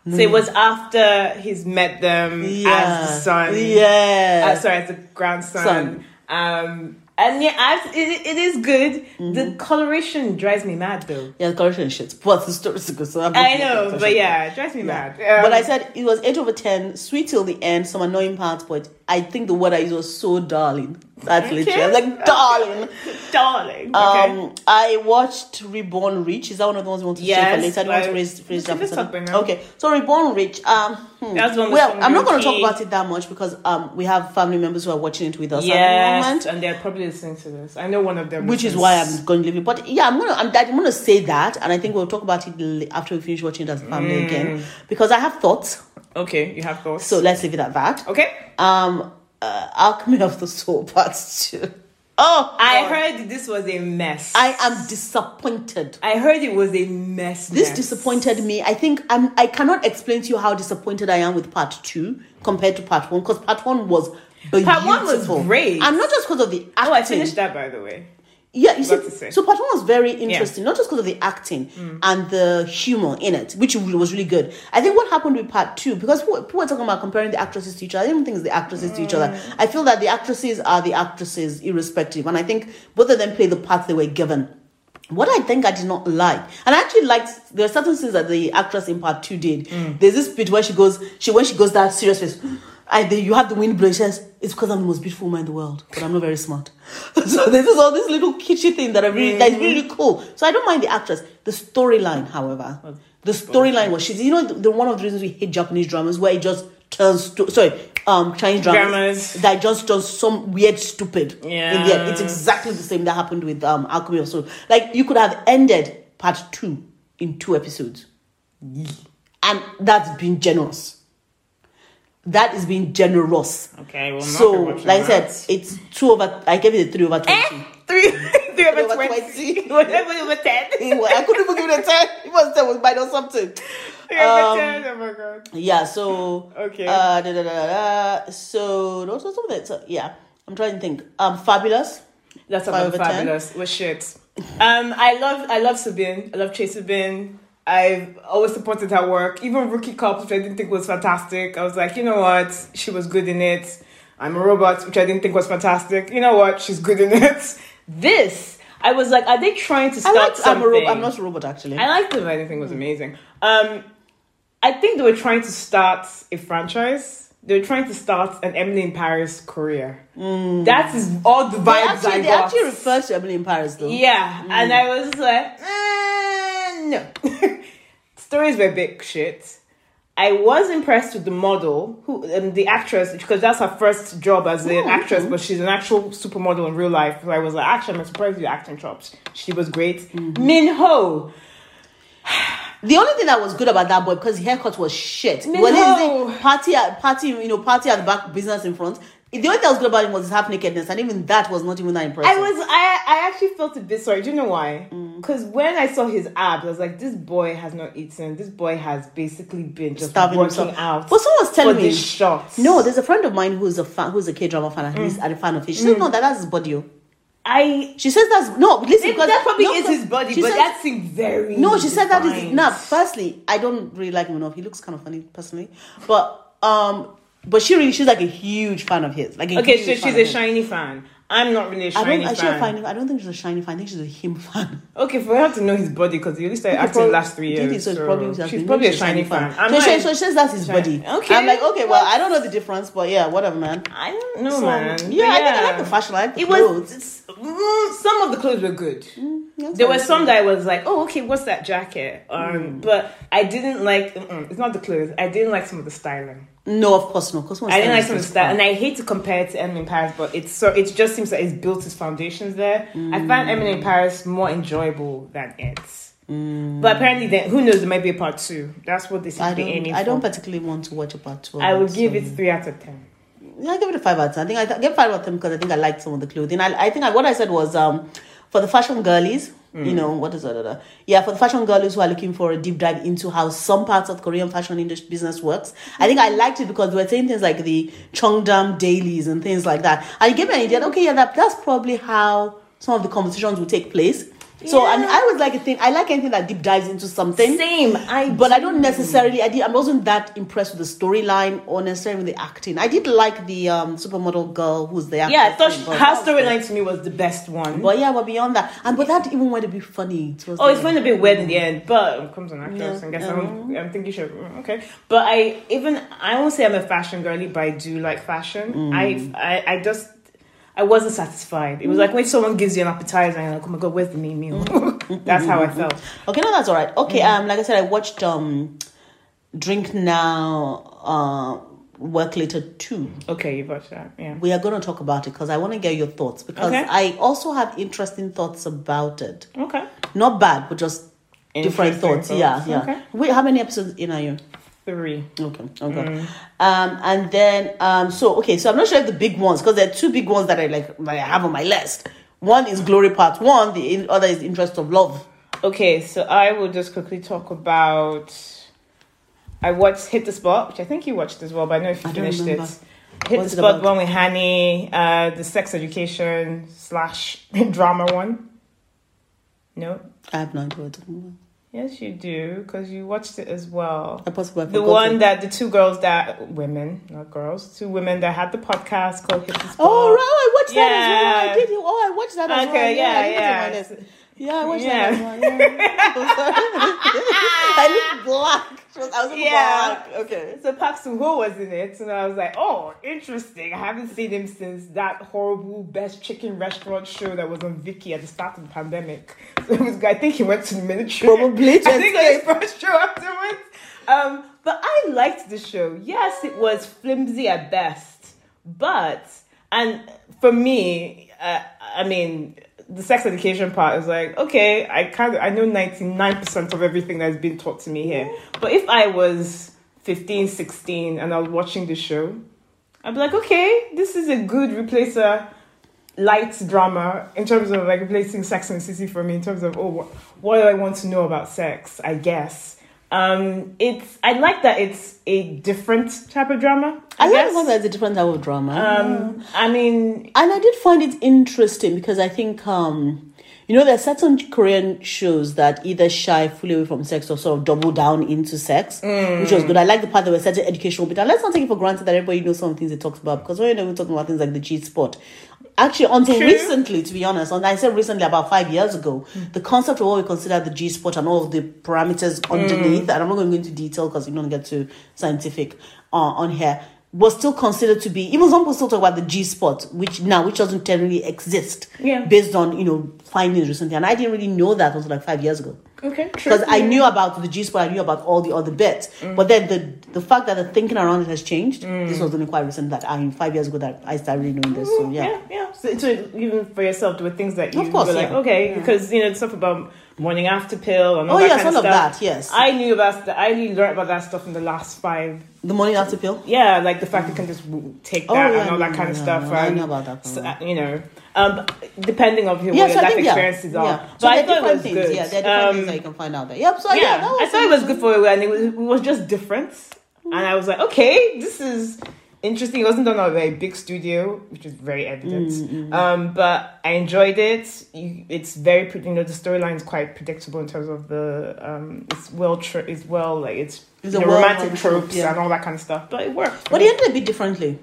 S2: it was after he's met them as the son.
S1: Yeah.
S2: Uh, sorry, as the grandson.
S1: Son.
S2: Um, and yeah, I, it, it is good.
S1: Mm-hmm.
S2: The coloration drives me mad though.
S1: yeah, the Korean shit. But the story's good. So I'm
S2: I
S1: looking at
S2: know,
S1: the
S2: but
S1: Korean.
S2: yeah, it drives me mad. Um,
S1: but I said it was eight over ten, sweet till the end, some annoying parts, but I think the word I used was so darling. That's literally I was like darling.
S2: darling. okay.
S1: Um, I watched Reborn Rich. Is that one of the ones you want to save
S2: Yes,
S1: for later? I don't want to
S2: but-
S1: raise, raise that
S2: Let's
S1: for
S2: talk by
S1: something.
S2: now.
S1: Okay, so Reborn Rich. Um, hmm.
S2: That's one with
S1: well,
S2: Song
S1: I'm not going to
S2: Joong
S1: talk
S2: Ki.
S1: about it that much because um, we have family members who are watching it with us at the
S2: yes,
S1: moment,
S2: and they're probably listening to this. I know one of them,
S1: which is why I'm going to leave it. But yeah, I'm gonna I'm, I'm gonna say that, and I think we'll talk about it l- after we finish watching it as a family
S2: Mm.
S1: again because I have thoughts.
S2: Okay, you have thoughts.
S1: So let's leave it at that.
S2: okay.
S1: Um, uh, Alchemy of the Soul Part Two. Oh,
S2: I
S1: God.
S2: heard this was a mess.
S1: I am disappointed.
S2: I heard it was a mess.
S1: This
S2: mess.
S1: disappointed me. I think I'm, I cannot explain to you how disappointed I am with part two compared to part one because part one was beautiful.
S2: Part one was great.
S1: And not just because of the acting.
S2: Oh, I finished that by the way.
S1: Yeah, you
S2: to
S1: see,
S2: say. Mm.
S1: so part one was very interesting, not just because of the acting and the humor in it, which re- was really good. I think what happened with part two, because people, people are talking about comparing the actresses to each other, I don't think it's the actresses to each
S2: Mm.
S1: other. I feel that the actresses are the actresses irrespective, and I think both of them play the part they were given. What I think I did not like, and I actually liked, there are certain things that the actress in part two did. There's this bit where she goes, she when she goes that serious face, and then you have the wind blowing. She says, "It's because I'm the most beautiful woman in the world, but I'm not very smart." so this is all this little kitschy thing that I really that is really cool. So I don't mind the actress. The storyline, however, the storyline was she's you know the, the one of the reasons we hate Japanese dramas where it just turns to sorry um Chinese dramas,
S2: Dramas.
S1: that just does some weird stupid. in the end. it's
S2: Yeah.
S1: exactly the same that happened with um Alchemy of Soul. Like you could have ended part two in two episodes. And that's been generous. That is being generous.
S2: Okay, well, I'm not
S1: so
S2: gonna watch
S1: like I
S2: that.
S1: said, it's two over. I gave it a three over twenty.
S2: Three, three over
S1: over
S2: twenty.
S1: 20.
S2: Three over ten.
S1: It was- I couldn't even give it a ten. It was ten was minus something.
S2: Three
S1: Um,
S2: over ten. Oh my god.
S1: Yeah. So
S2: Okay.
S1: Uh, da, da, da, da, da. So what was that? So, yeah, I'm trying to think. Um, fabulous.
S2: That's
S1: Five
S2: about
S1: over ten.
S2: fabulous. With shit. Um, I love I love Sabine. I love Chase Sabine. I've always supported her work. Even Rookie Cops, which I didn't think was fantastic. I was like, you know what? She was good in it. I'm a robot, which I didn't think was fantastic. You know what? She's good in it. This, I was like, are they trying to
S1: I
S2: start
S1: like. I'm, a
S2: something?
S1: robot. I'm not a robot actually.
S2: I liked them. I didn't think it was
S1: Mm.
S2: amazing. Um, I think they were trying to start a franchise. They were trying to start an Emily in Paris career. That is all the vibes
S1: Mm. they actually,
S2: I
S1: they
S2: got.
S1: actually refer Mm. to Emily in Paris though.
S2: yeah, and I was like, eh, no. Stories were big shit. I was impressed with the model, who um, the actress, because that's her first job as an
S1: Mm.
S2: actress, but she's an actual supermodel in real life. So I was like, actually, I'm surprised with your acting chops. She was great.
S1: Mm-hmm.
S2: Min Ho,
S1: The only thing that was good about that boy because his haircut was shit.
S2: No.
S1: When he said party at party, you know, party at the back, business in front. The only thing that was good about him was his half nakedness, and even that was not even that impressive.
S2: I was I I actually felt a bit sorry. Do you know why?
S1: Mm.
S2: Because when I saw his abs, I was like, this boy has not eaten. This boy has basically been just
S1: Starving
S2: working
S1: himself.
S2: out.
S1: But someone was telling
S2: for
S1: me-
S2: this shot.
S1: No, there's a friend of mine who's a fan, who's a K drama fan, and he's
S2: Mm.
S1: a fan of his. She said, "No, that, that's his body." oh."
S2: I.
S1: She says that's no. Listen, because
S2: That probably
S1: no,
S2: is
S1: because-
S2: his body,
S1: she
S2: but
S1: said-
S2: that seemed very.
S1: no. She said that is
S2: defined.
S1: no. Firstly, I don't really like him enough. He looks kind of funny personally, but um, but she really she's like a huge fan of his. Like a
S2: Okay,
S1: huge
S2: so
S1: fan
S2: she's
S1: of
S2: a
S1: his.
S2: shiny fan. I'm not really a
S1: I
S2: shiny
S1: don't.
S2: fan.
S1: I should find. I don't think she's a shiny fan. I think she's a him fan.
S2: Okay, for her to know his body because he only started
S1: He
S2: acting
S1: probably
S2: last three years.
S1: did it, so, it's
S2: so
S1: probably has
S2: she's
S1: been
S2: probably a
S1: known she's
S2: shiny fan.
S1: So
S2: I'm
S1: she,
S2: not-
S1: so she says that's his body.
S2: Okay.
S1: I'm like, okay, well, I don't know the difference, but yeah, whatever, man.
S2: I don't know,
S1: So,
S2: man.
S1: Yeah, I think I like
S2: Yeah.
S1: the fashion. I like the
S2: It
S1: clothes.
S2: was it's- mm, some of the clothes were good.
S1: that's
S2: there
S1: what
S2: were
S1: I
S2: some that I was like, oh, okay, what's that jacket? Um, but I didn't like. mm-mm, It's not the clothes. I didn't like some of the styling.
S1: No, of course not. Cause
S2: I didn't like some of the style, and I hate to compare it to Emily in Paris, but it's so it just seems like it's built its foundations there. I find Emily in Paris more enjoyable than it. But apparently, then who knows? There might be a part two. That's what they seem
S1: I
S2: to be
S1: don't.
S2: aiming
S1: I don't
S2: for.
S1: particularly want to watch a part two. of
S2: I would
S1: so-
S2: give it three out of ten.
S1: Yeah, I give it a five out of ten. I think I th- give five out of ten because I think I liked some of the clothing. I, I think I, what I said was um, for the fashion girlies, you know, what is that? Yeah, for the fashion girlies who are looking for a deep dive into how some parts of Korean fashion industry business works. I think I liked it because they were saying things like the Cheongdam dailies and things like that. And it gave me an idea. that, Okay, yeah, that, that's probably how some of the conversations will take place. So and
S2: Yeah.
S1: I would like a thing. I like anything that deep dives into something.
S2: Same, I
S1: But I don't necessarily. I did. I wasn't that impressed with the storyline or necessarily with the acting. I did like the um, supermodel girl who's the actress.
S2: Yeah, I thought she,
S1: but-
S2: her storyline to me was the best one.
S1: But yeah, but beyond that, and but that even went to be funny. It was
S2: Oh, it's
S1: like-
S2: going to be weird in the end, but um, comes an actress
S1: Yeah,
S2: and guess
S1: yeah.
S2: I'm, I'm thinking should mm, okay. But I even I won't say I'm a fashion girly, but I do like fashion. I, I I just I wasn't satisfied. It was like when someone gives you an appetizer and you're like, oh my god, where's the main meal? That's how I felt.
S1: Okay, no, that's all right. Okay,
S2: Mm.
S1: um, like I said, I watched um, Drink Now, uh, Work Later Two.
S2: Okay, you watched that, yeah.
S1: We are going to talk about it because I want to get your thoughts because
S2: Okay.
S1: I also have interesting thoughts about it.
S2: Okay,
S1: Not bad, but just different
S2: Interesting
S1: thoughts. Yeah,
S2: thoughts.
S1: yeah.
S2: Okay.
S1: Wait, how many episodes in are you?
S2: three.
S1: Okay. Okay.
S2: Mm.
S1: Um, and then um, so okay, so I'm not sure if the big ones because there are two big ones that I like that I have on my list. One is Glory Part One. The in, other is Interest of Love.
S2: Okay, so I will just quickly talk about. I watched Hit the Spot, which I think you watched as well, but I know if you
S1: I don't
S2: finished
S1: remember.
S2: it. Hit
S1: What's it
S2: the Spot
S1: about?
S2: one with Hani, uh, the sex education slash drama one. No,
S1: I have no idea what you're talking
S2: yes, you do, because you watched it as well.
S1: about. I possibly
S2: The one that the two girls that women, not girls, two women that had the podcast called Hit the Spot.
S1: Oh right, I watched that
S2: Yeah.
S1: as well. I did. Oh, I watched that as well.
S2: Okay, yeah,
S1: Yeah, I
S2: yeah.
S1: did it on my list. yeah. I watched
S2: Yeah.
S1: that as well. Yeah. I'm sorry. I looked black. It was- I was looking
S2: Yeah.
S1: black. Okay.
S2: So Park Sung Ho was in it, and I was like, "Oh, interesting! I haven't seen him since that horrible Best Chicken Restaurant show that was on Vicky at the start of the pandemic." So it was, I think he went to the military.
S1: Probably to
S2: I think it was his first show afterwards. Um, but I liked the show. Yes, it was flimsy at best, but and for me, uh, I mean, the sex education part is like okay i kind of i know 99% of everything that's been taught to me here but if i was 15 16 and i was watching the show i'd be like okay this is a good replacer light drama in terms of like replacing sex and the city for me in terms of oh what, what do i want to know about sex i guess um it's i like that it's a different type of drama i,
S1: I like the
S2: guess
S1: one that's a different type of drama.
S2: um i mean
S1: and I did find it interesting because I think um you know there are certain Korean shows that either shy fully away from sex or sort of double down into sex, which was good. I like the part that was certain educational bit. And let's not take it for granted that everybody knows some things they talks about because we're never talking about things like the G spot. Actually, until
S2: True.
S1: recently, to be honest, and I said recently about five years ago, the concept of what we consider the G spot and all of the parameters
S2: Mm.
S1: underneath, and I'm not going to go into detail because we don't get too scientific uh, on here, was still considered to be even some people still talk about the G spot, which now which doesn't technically exist.
S2: Yeah.
S1: Based on, you know, findings recently. And I didn't really know that until like five years ago.
S2: okay true. Mm.
S1: Because I knew about the G spot, I knew about all the other bits. But then the the fact that the thinking around it has changed, this was only quite recent that I mean five years ago that I started really knowing this. So yeah.
S2: yeah, yeah. So, so even for yourself, there were things that you
S1: Of course,
S2: were like,
S1: yeah.
S2: okay, because you know stuff about morning after pill and all
S1: Oh,
S2: that
S1: yes,
S2: kind
S1: all
S2: of
S1: of
S2: stuff.
S1: that, yes.
S2: I knew about that. I really learned about that stuff in the last five.
S1: The morning after pill.
S2: Yeah, like the fact you can just w- take that
S1: Oh, yeah,
S2: and all that
S1: no,
S2: kind of
S1: no,
S2: stuff.
S1: no, I
S2: and
S1: know about that
S2: so, uh,
S1: one.
S2: you know, um, depending on your,
S1: Yeah,
S2: what
S1: so
S2: your
S1: I
S2: life
S1: think yeah,
S2: experiences are.
S1: yeah. So
S2: But I
S1: there are
S2: thought it was
S1: different things.
S2: good.
S1: Yeah, there are different
S2: Um,
S1: things that you can find out there. Yep. So yeah,
S2: yeah,
S1: that was Mm-hmm.
S2: I thought it was good for a and it was, it was just different. And I was like, okay, this is interesting. It wasn't done on a very big studio, which is very evident.
S1: Mm-hmm.
S2: Um, but I enjoyed it. You, it's very, pre- you know, the storyline is quite predictable in terms of the. Um, it's well, tr- it's well, like it's,
S1: It's
S2: you
S1: a
S2: know,
S1: well-run
S2: romantic
S1: trope,
S2: tropes
S1: yeah.
S2: and all that kind of stuff. But it worked.
S1: But he ended a bit differently.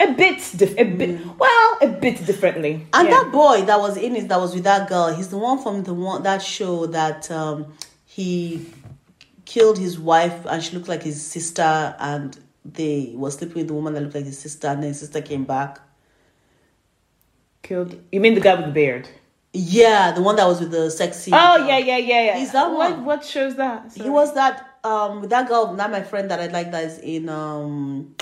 S2: a bit, diff- a bit. Well, a bit differently.
S1: Mm. And
S2: Yeah.
S1: that boy that was in it, that was with that girl, he's the one from the one that show that um, he killed his wife, and she looked like his sister, and they were sleeping with the woman that looked like his sister, and then his sister came back.
S2: killed. You mean the guy with the beard?
S1: Yeah, the one that was with the sexy.
S2: Oh yeah, yeah, yeah, yeah.
S1: Is that
S2: what?
S1: one?
S2: What shows that?
S1: He was that um with that girl, not my friend that I like that is in um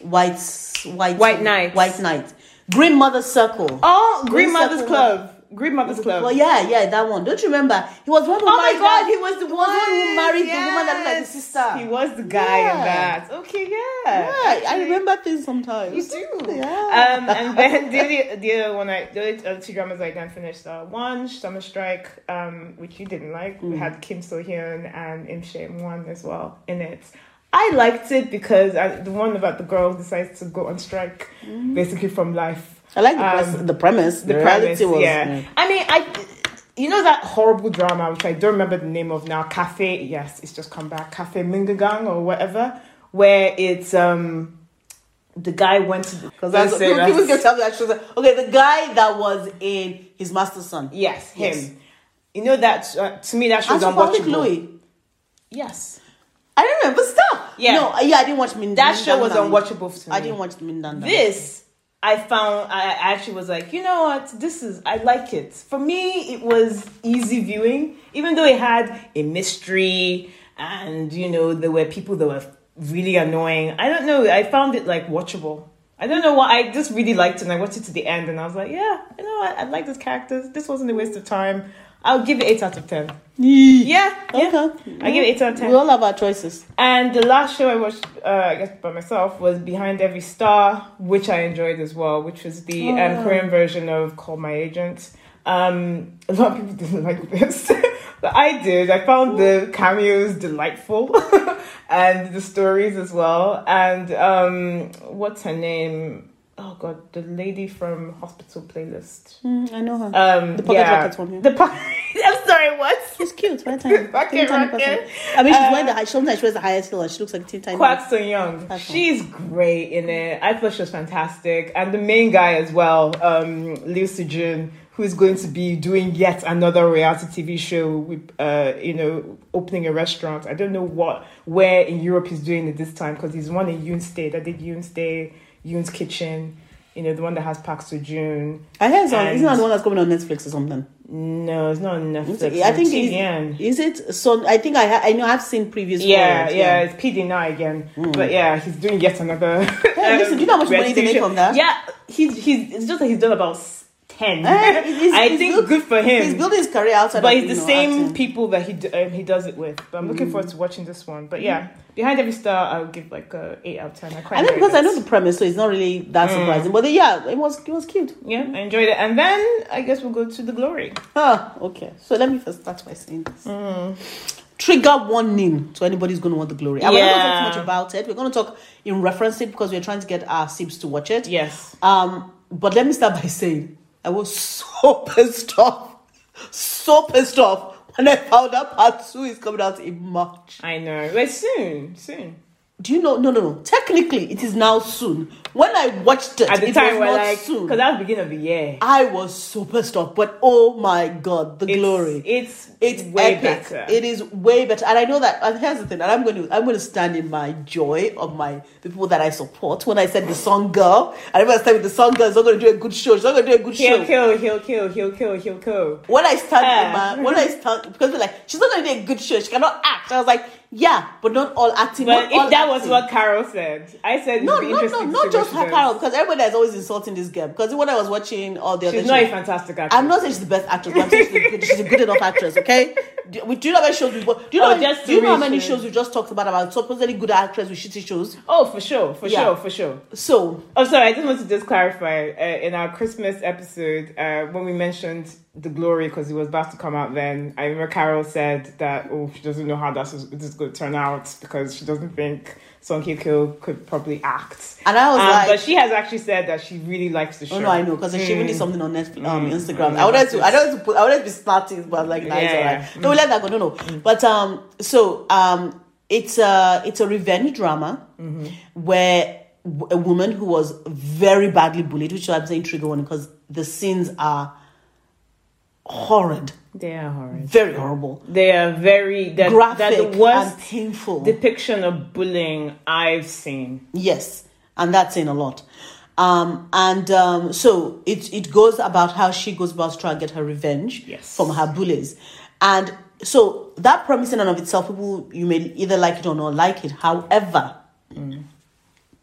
S1: white white
S2: White Knights.
S1: white knight green mother circle.
S2: Oh, Green
S1: Green
S2: Mother's
S1: Circle
S2: Club. Green Mother's Club.
S1: Well, yeah, yeah, that one. Don't you remember? He was one who
S2: oh my
S1: married
S2: God,
S1: that-
S2: he was the one
S1: one who married the woman that looked like
S2: Yes.
S1: his sister.
S2: He was the guy in
S1: Yeah.
S2: that. Okay, yeah.
S1: Yeah, I
S2: Actually,
S1: remember things sometimes.
S2: You do.
S1: Yeah.
S2: Um, and then the other, the other one, I, the other two dramas I done finished are one Summer Strike, um, which you didn't like.
S1: Mm.
S2: We had Kim So Hyun and Im Shim Won as well in it. I liked it because I, the one about the girl who decides to go on strike, basically from life.
S1: Mm-hmm. I like the,
S2: Um,
S1: pres- the premise. The,
S2: the
S1: reality
S2: premise,
S1: was.
S2: yeah. I mean, I, you know that horrible drama which I don't remember the name of now. Cafe, yes, it's just come back. Cafe Mingagang or whatever, where it's um, the guy went to because
S1: That's, people, people can tell me actually. Okay, the guy that was in his master's son.
S2: yes, him.
S1: Yes.
S2: You know that uh, to me that
S1: And
S2: show's
S1: so probably
S2: unwatchable.
S1: Chloe.
S2: Yes,
S1: I don't remember stuff.
S2: Yeah.
S1: No, uh, yeah, I didn't watch Mindan.
S2: that show was
S1: Mindan.
S2: unwatchable to me.
S1: Mm, I didn't watch Mindan.
S2: this I found I I actually was like, you know what, this is I like it. For me, it was easy viewing, even though it had a mystery and you know there were people that were really annoying. I don't know. I found it like watchable. I don't know why. I just really liked it, and I watched it to the end, and I was like, yeah, you know what, I like these characters. This wasn't a waste of time. I'll give it eight out of ten. Yeah, yeah.
S1: Okay.
S2: I give it eight out of ten.
S1: We all have our choices.
S2: And the last show I watched, uh, I guess by myself, was Behind Every Star, which I enjoyed as well, which was the
S1: Oh.
S2: um, Korean version of Call My Agent. Um, a lot of people didn't like this, but I did. I found the cameos delightful and the stories as well. And um, what's her name? Oh god, the lady from Hospital Playlist.
S1: Mm, I know her.
S2: Um,
S1: The Pocket
S2: yeah.
S1: Rockets one, yeah.
S2: The po- I'm sorry, what?
S1: She's cute, right? Tiny,
S2: Rocket
S1: tiny
S2: Rocket.
S1: person. I mean, she's
S2: Uh,
S1: wearing the high. Sometimes she wears the highest heel, and she looks like a teen tiny.
S2: Kwak Sung Young.
S1: That's
S2: She's great in it. I thought she was fantastic. And the main guy as well, um, Liu Sujun, who is going to be doing yet another reality TV show with, uh, you know, opening a restaurant. I don't know what, where in Europe he's doing it this time because he's one in Yoon's Day. That did Yoon's Day, Yoon's Kitchen, you know, the one that has Park Soo Jun.
S1: I heard it's on.
S2: And-
S1: Isn't that the one that's coming on Netflix or something?
S2: No, it's not on Netflix.
S1: I think
S2: it's
S1: it is. it? So I think I ha- I know I've seen previous.
S2: Yeah,
S1: ones,
S2: yeah, it's PD9 again. But yeah, he's doing yet another.
S1: Hey, Hmm. listen, do you know how much money they
S2: Um, restitution.
S1: make from that?
S2: Yeah, he's he's it's just that he's done about s- 10.
S1: Eh, he's-
S2: I
S1: he's
S2: think
S1: built-
S2: good for him.
S1: He's building his career outside
S2: but
S1: of
S2: it's the
S1: you know, Mm.
S2: same
S1: acting.
S2: people that he d- um, he does it with. But I'm looking forward to watching this one. But yeah, behind every star, I'll give like a eight out of ten. I quite
S1: Mm. I think
S2: enjoyed
S1: because I
S2: it.
S1: know the premise, so it's not really
S2: Mm.
S1: that surprising. But yeah, it was it was cute.
S2: yeah, I enjoyed it. And then I guess we'll go to the glory.
S1: Ah, okay. So let me first start by saying this. Trigger warning to anybody who's going to want the glory. And We're not going to
S2: Yeah.
S1: talk too much about it. We're going to talk in reference it because we're trying to get our sibs to watch it.
S2: Yes,
S1: Um, but let me start by saying I was so pissed off, so pissed off when I found out part two is coming out in March.
S2: I know. But soon, soon.
S1: Do you know? No, no, no. Technically, it is now soon. When I watched it,
S2: At the
S1: it
S2: time,
S1: was
S2: we're
S1: not
S2: like,
S1: soon.
S2: because that was beginning of the year.
S1: I was so pissed off, but oh my god, the
S2: It's-
S1: glory!
S2: It's
S1: it's
S2: way
S1: epic.
S2: better.
S1: It is way better, and I know that. And here's the thing, and I'm going to I'm going to stand in my joy of my the people that I support. When I said the song girl, I remember I said the song girl is not going to do a good show. She's not going to do a good
S2: he'll
S1: show.
S2: kill, he'll kill, he'll kill, he'll kill.
S1: When I stand
S2: Yeah.
S1: in my when I stand because they're like she's not going to do a good show. She cannot act. I was like, yeah, but not all acting.
S2: Well,
S1: not all
S2: if that was
S1: acting.
S2: what Carol said, I said
S1: No,
S2: it'd be
S1: no, no,
S2: interesting to see
S1: not just
S2: what
S1: her
S2: she does.
S1: Carol, because everybody is always insulting this girl. Because when I was watching all the other
S2: She's not a
S1: shows-
S2: fantastic actress.
S1: I'm not saying she's the best actress, but I'm saying she's a good, she's a good enough actress, okay? Do, we- do you know how many shows we do you know,
S2: Oh,
S1: how-
S2: just
S1: do you
S2: to
S1: know how many
S2: reach it.
S1: shows we just talked about about supposedly good actress with shitty shows?
S2: Oh, for sure, for
S1: Yeah.
S2: sure, for sure.
S1: So
S2: Oh, sorry. I just want to just clarify uh, in our Christmas episode uh, when we mentioned the glory because it was about to come out. Then I remember Carol said that oh she doesn't know how that's this is going to turn out because she doesn't think Song Kyo Kyo could probably act. Um,
S1: And I was like-
S2: but she has actually said that she really likes the show.
S1: oh no, I know because she
S2: Mm.
S1: even did something on Netflix, um, Instagram. I wanted to, I don't want to put, I wanted to be starting, but like, nah, it's
S2: Yeah, Mm.
S1: alright. No, we let that go. No, no. But um, so um, it's a it's a revenge drama
S2: Mm-hmm.
S1: where w- a woman who was very badly bullied, which I'm saying trigger warning because the scenes are horrid,
S2: They are horrid.
S1: very horrible.
S2: They are very that
S1: graphic
S2: that the worst
S1: and painful.
S2: depiction of bullying I've seen.
S1: yes, and that's saying a lot. Um, and um, so it it goes about how she goes about to try and get her revenge
S2: Yes.
S1: from her bullies, and so that premise in and of itself, people you may either like it or not like it. However,
S2: Mm.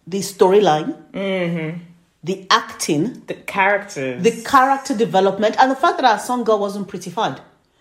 S1: the storyline,
S2: Mm-hmm.
S1: the acting,
S2: The characters.
S1: the character development and the fact that our song girl wasn't prettified.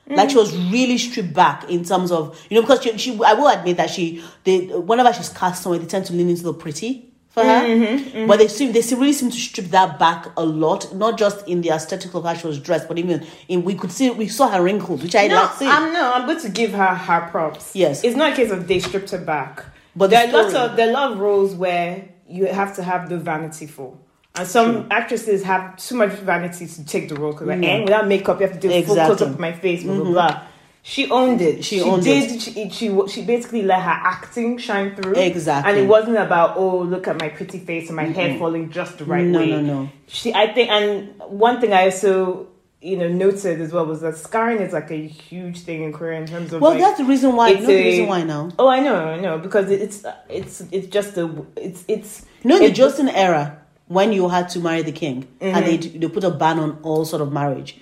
S1: Like she was really stripped back in terms of you know because she, she I will admit that she they whenever she's cast somewhere they tend to lean into the pretty for her
S2: Mm-hmm,
S1: but they seem they seem- really seem to strip that back a lot not just in the aesthetic of how she was dressed but even in we could see we saw her wrinkles which I
S2: No,
S1: like seeing
S2: I'm no. I'm going to give her her props.
S1: Yes.
S2: it's not a case of they stripped her back. But
S1: But the
S2: there are lots
S1: story-
S2: of there are a lot of roles where you have to have the vanity for, and some actresses have too much vanity to take the role because like, eh, without makeup, you have to do a full
S1: Mm. Exactly. Mm-hmm.
S2: close up of my face, blah blah blah. She owned it.
S1: She owned
S2: did, She, she she basically let her acting shine through.
S1: Exactly.
S2: and it wasn't about oh look at my pretty face and my hair falling just the right
S1: No,
S2: way.
S1: no, no.
S2: She, I think, and one thing I also, you know, noted as well was that scarring is like a huge thing in Korea in terms of.
S1: well
S2: like,
S1: that's the reason why you
S2: it's
S1: know the
S2: a-
S1: reason why now
S2: Oh, I know, I know, because it's it's it's just a it's it's
S1: you know in the
S2: it- Mm-hmm.
S1: Joseon era when you had to marry the king and they they put a ban on all sort of marriage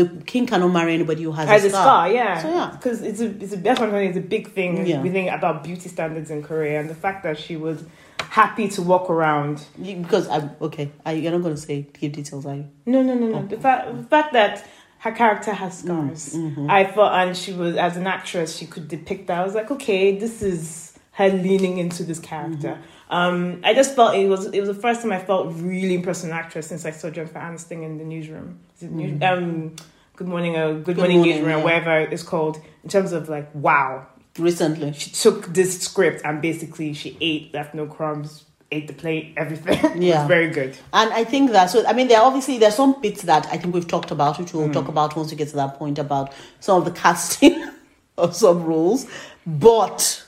S1: the king cannot marry anybody who has,
S2: Mm. has a scar, yeah,
S1: So, yeah.
S2: because it's a it's a that's one thing. It's a big thing
S1: Yeah.
S2: we think about beauty standards in Korea and the fact that she was happy to walk around.
S1: You- Because I'm okay. I, you're not going to say give details, are you?
S2: No, no,
S1: Oh.
S2: no, no. The fact the fact that her character has
S1: Mm,
S2: scars,
S1: mm-hmm.
S2: I thought, and she was as an actress, she could depict that. I was like, okay, this is her leaning into this character.
S1: Mm-hmm.
S2: Um, I just felt it was it was the first time I felt really impressed with an actress since I saw Jennifer Aniston in the newsroom. Is it news, um, Good morning, uh, good, morning,
S1: Mm-hmm. Morning,
S2: newsroom,
S1: yeah.
S2: wherever it's called. In terms of like, wow,
S1: Recently,
S2: she took this script and basically she ate, left no crumbs, ate the plate, everything. it
S1: Yeah.
S2: was very good.
S1: and I think that so. I mean, there are obviously there's some bits that I think we've talked about, which
S2: Mm.
S1: we'll talk about once we get to that point about some of the casting of some roles. But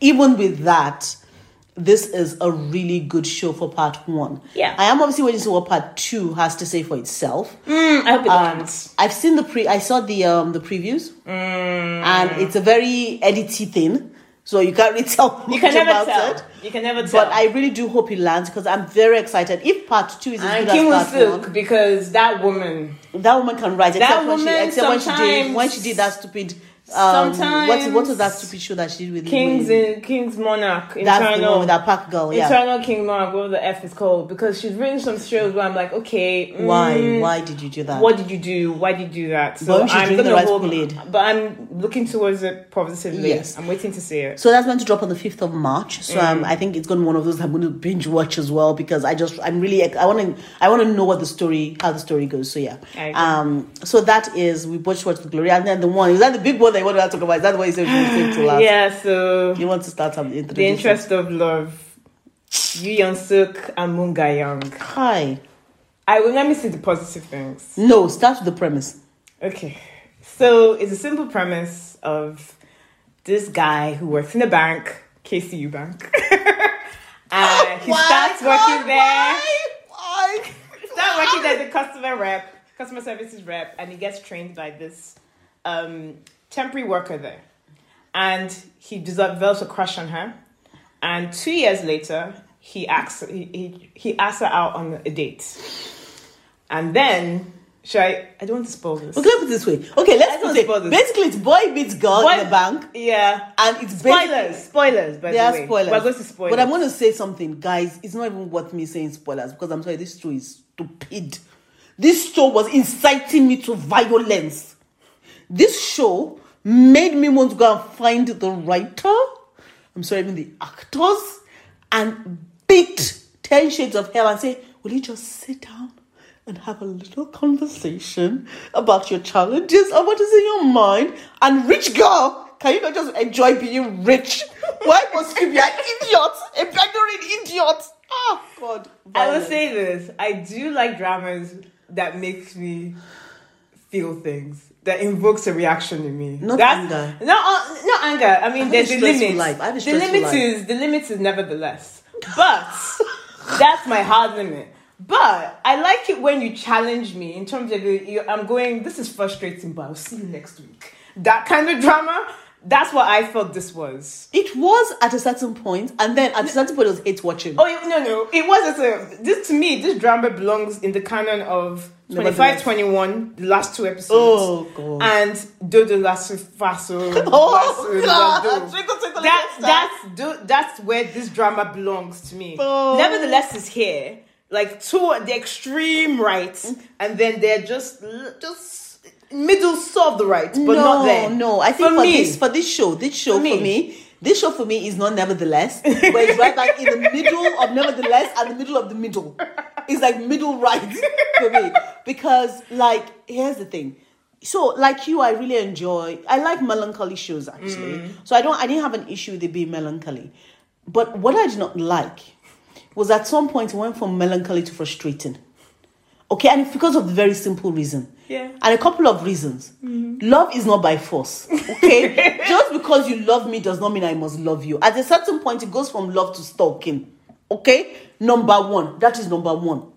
S1: even with that, this is a really good show for part one.
S2: Yeah.
S1: I am obviously waiting to see what part two has to say for itself.
S2: Mm, I hope it
S1: Um, I've seen the pre. I saw the um the previews,
S2: Mm.
S1: and it's a very edity thing, so you can't really tell.
S2: You can
S1: much
S2: never
S1: about
S2: tell.
S1: It.
S2: You can never tell.
S1: But I really do hope it lands because I'm very excited. If part two is as
S2: and
S1: good
S2: Kim
S1: as
S2: was
S1: part
S2: silk because that woman.
S1: one, that woman can write. Except when she
S2: woman
S1: except when she did when
S2: sometimes-
S1: she did that stupid Um,
S2: Sometimes.
S1: What, what was that stupid show that she did with
S2: Kings
S1: with-
S2: in Kings Monarch in
S1: That's
S2: China.
S1: the one with that pack girl. Yeah.
S2: Eternal King Monarch, whatever the F is called, because she's written some shows where I'm like, okay, mm,
S1: Why? Why did you do that?
S2: What did you do? Why did you do that?
S1: But we should
S2: I'm
S1: drink the
S2: gonna
S1: right
S2: hold,
S1: Kool-Aid.
S2: but I'm looking towards it positively.
S1: Yes.
S2: I'm waiting to see it.
S1: So that's going to drop on the fifth of March. So
S2: Mm.
S1: um, I think it's going to be one of those I'm going to binge watch as well because I just I'm really ex- I want to I want to know what the story how the story goes. So yeah.
S2: I agree.
S1: Um. So that is we watched Watch the Glory and then the one is that the big one that you want to talk about? Is that the one you said you saved to last?
S2: Yeah, so
S1: You want to start something?
S2: the interest of love. Yu Young Suk and Moon Ga Young.
S1: Hi.
S2: I will let me see the positive things.
S1: No. Start with the premise.
S2: Okay. So it's a simple premise of this guy who works in a bank, KCU Bank. and Uh, he
S1: Why,
S2: starts
S1: God,
S2: working there.
S1: Why?
S2: Starts working there as a customer rep, customer services rep, and he gets trained by this um, temporary worker there. And he develops a crush on her. And two years later, he asks he, he, he asks her out on a date. And then should I I don't want to spoil this.
S1: Okay, let me put it this way. Okay, let's
S2: Let's
S1: put it.
S2: not spoil this.
S1: Basically, it's boy meets girl
S2: Boy-
S1: in the bank,
S2: Yeah.
S1: and it's
S2: Spoilers, spoilers, by
S1: They
S2: the
S1: are
S2: way.
S1: spoilers.
S2: We're going to spoil
S1: But
S2: it.
S1: I'm going to say something, guys. It's not even worth me saying spoilers because I'm sorry, this show is stupid. This show was inciting me to violence. This show made me want to go and find the writer. I'm sorry, even the actors, and beat Ten Shades of Hell and say, "Will you just sit down?" And have a little conversation about your challenges and what is in your mind. And rich girl, can you not just enjoy being rich? Why must you be an idiot? A ignorant idiot. Oh God.
S2: I will
S1: violence.
S2: say this. I do like dramas that makes me feel things. That invokes a reaction in me.
S1: Not
S2: That's,
S1: anger.
S2: Not, uh, not anger. I mean,
S1: have
S2: there's
S1: a
S2: the
S1: stressful
S2: limit.
S1: life. I have a
S2: the
S1: stressful
S2: limit
S1: life.
S2: is the limit is nevertheless. But that's my hard limit. But I like it when you challenge me in terms of you- you, I'm going. This is frustrating, but I'll see you next week. That kind of drama. That's what I felt this was.
S1: It was at a certain point, and then at a certain point, it was hate watching.
S2: Oh yeah, no, no, it wasn't. A, this to me, this drama belongs in the canon of 25,
S1: Nevertheless.
S2: 21, the last two episodes.
S1: Oh, God. Oh,
S2: And Dodo Lasso Faso. Lasso,
S1: God.
S2: Lado.
S1: Twinkle, twinkle,
S2: That,
S1: little
S2: that's do, that's where this drama belongs to me.
S1: Oh.
S2: Nevertheless, is here like to the extreme right, and then they're just just middle sort of the right, but
S1: no,
S2: not there.
S1: No, I think
S2: For
S1: for,
S2: me-
S1: this for this show, this show for
S2: me.
S1: me. this show for me is not nevertheless, but it's right like in the middle of nevertheless and the middle of the middle. It's like middle right for me because like here's the thing. So like you, I really enjoy. I like melancholy shows actually.
S2: Mm.
S1: So I don't. I didn't have an issue with it being melancholy, but what I did not like was at some point it went from melancholy to frustrating. Okay, and it's because of the very simple reason.
S2: Yeah.
S1: And a couple of reasons. Love is not by force. Okay? Just because you love me does not mean I must love you. At a certain point, it goes from love to stalking. Okay? Number one. That is number one.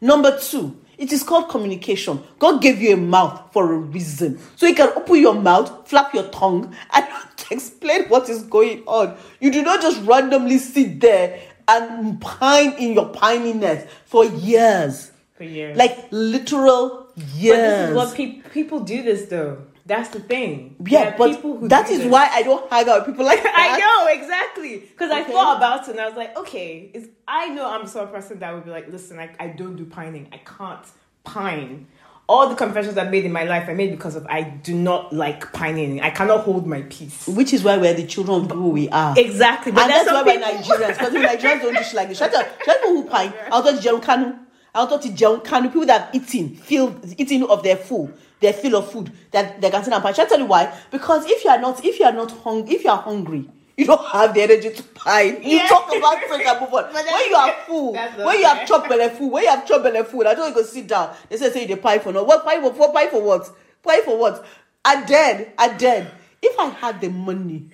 S1: Number two. It is called communication. God gave you a mouth for a reason. So you can open your mouth, flap your tongue, and explain what is going on. You do not just randomly sit there and pine in your pininess for years
S2: For years.
S1: like literal
S2: But this
S1: years.
S2: is what peop people do this though. That's the thing.
S1: yeah,
S2: There are people who
S1: but that
S2: do
S1: is
S2: this.
S1: why I don't hang out with people like that.
S2: I know exactly because I
S1: Okay.
S2: thought about it and I was like, okay, it's, I know I'm the sort of person that would be like, listen, I, I don't do pining. I can't pine. All the confessions I've made in my life, I made because of I do not like pining. I cannot hold my peace.
S1: Which is why we're the children of who we are.
S2: Exactly, but
S1: Mm. and
S2: there's
S1: that's why
S2: some
S1: we're
S2: people-
S1: Nigerians. Because we Nigerians don't do shit like this. Shut up. Shut up who pine. I'll talk to Jerome Kanu. I'll talk to Jerome Kanu. People that have eaten, feel eating of their food, their fill of food, that they can sit and pine. Shall I tell you why? Because if you are not, if you are not hungry, if you are hungry, you don't have the energy to pine. You
S2: Yeah.
S1: talk about things and move on. When you are full,
S2: That's
S1: when you have
S2: okay.
S1: chopped belle food, when you have chopped belle food, I don't go sit down. They say say you dey pie for no. What pie for? What pie for what? Pie for what? And then, and then, if I had the money,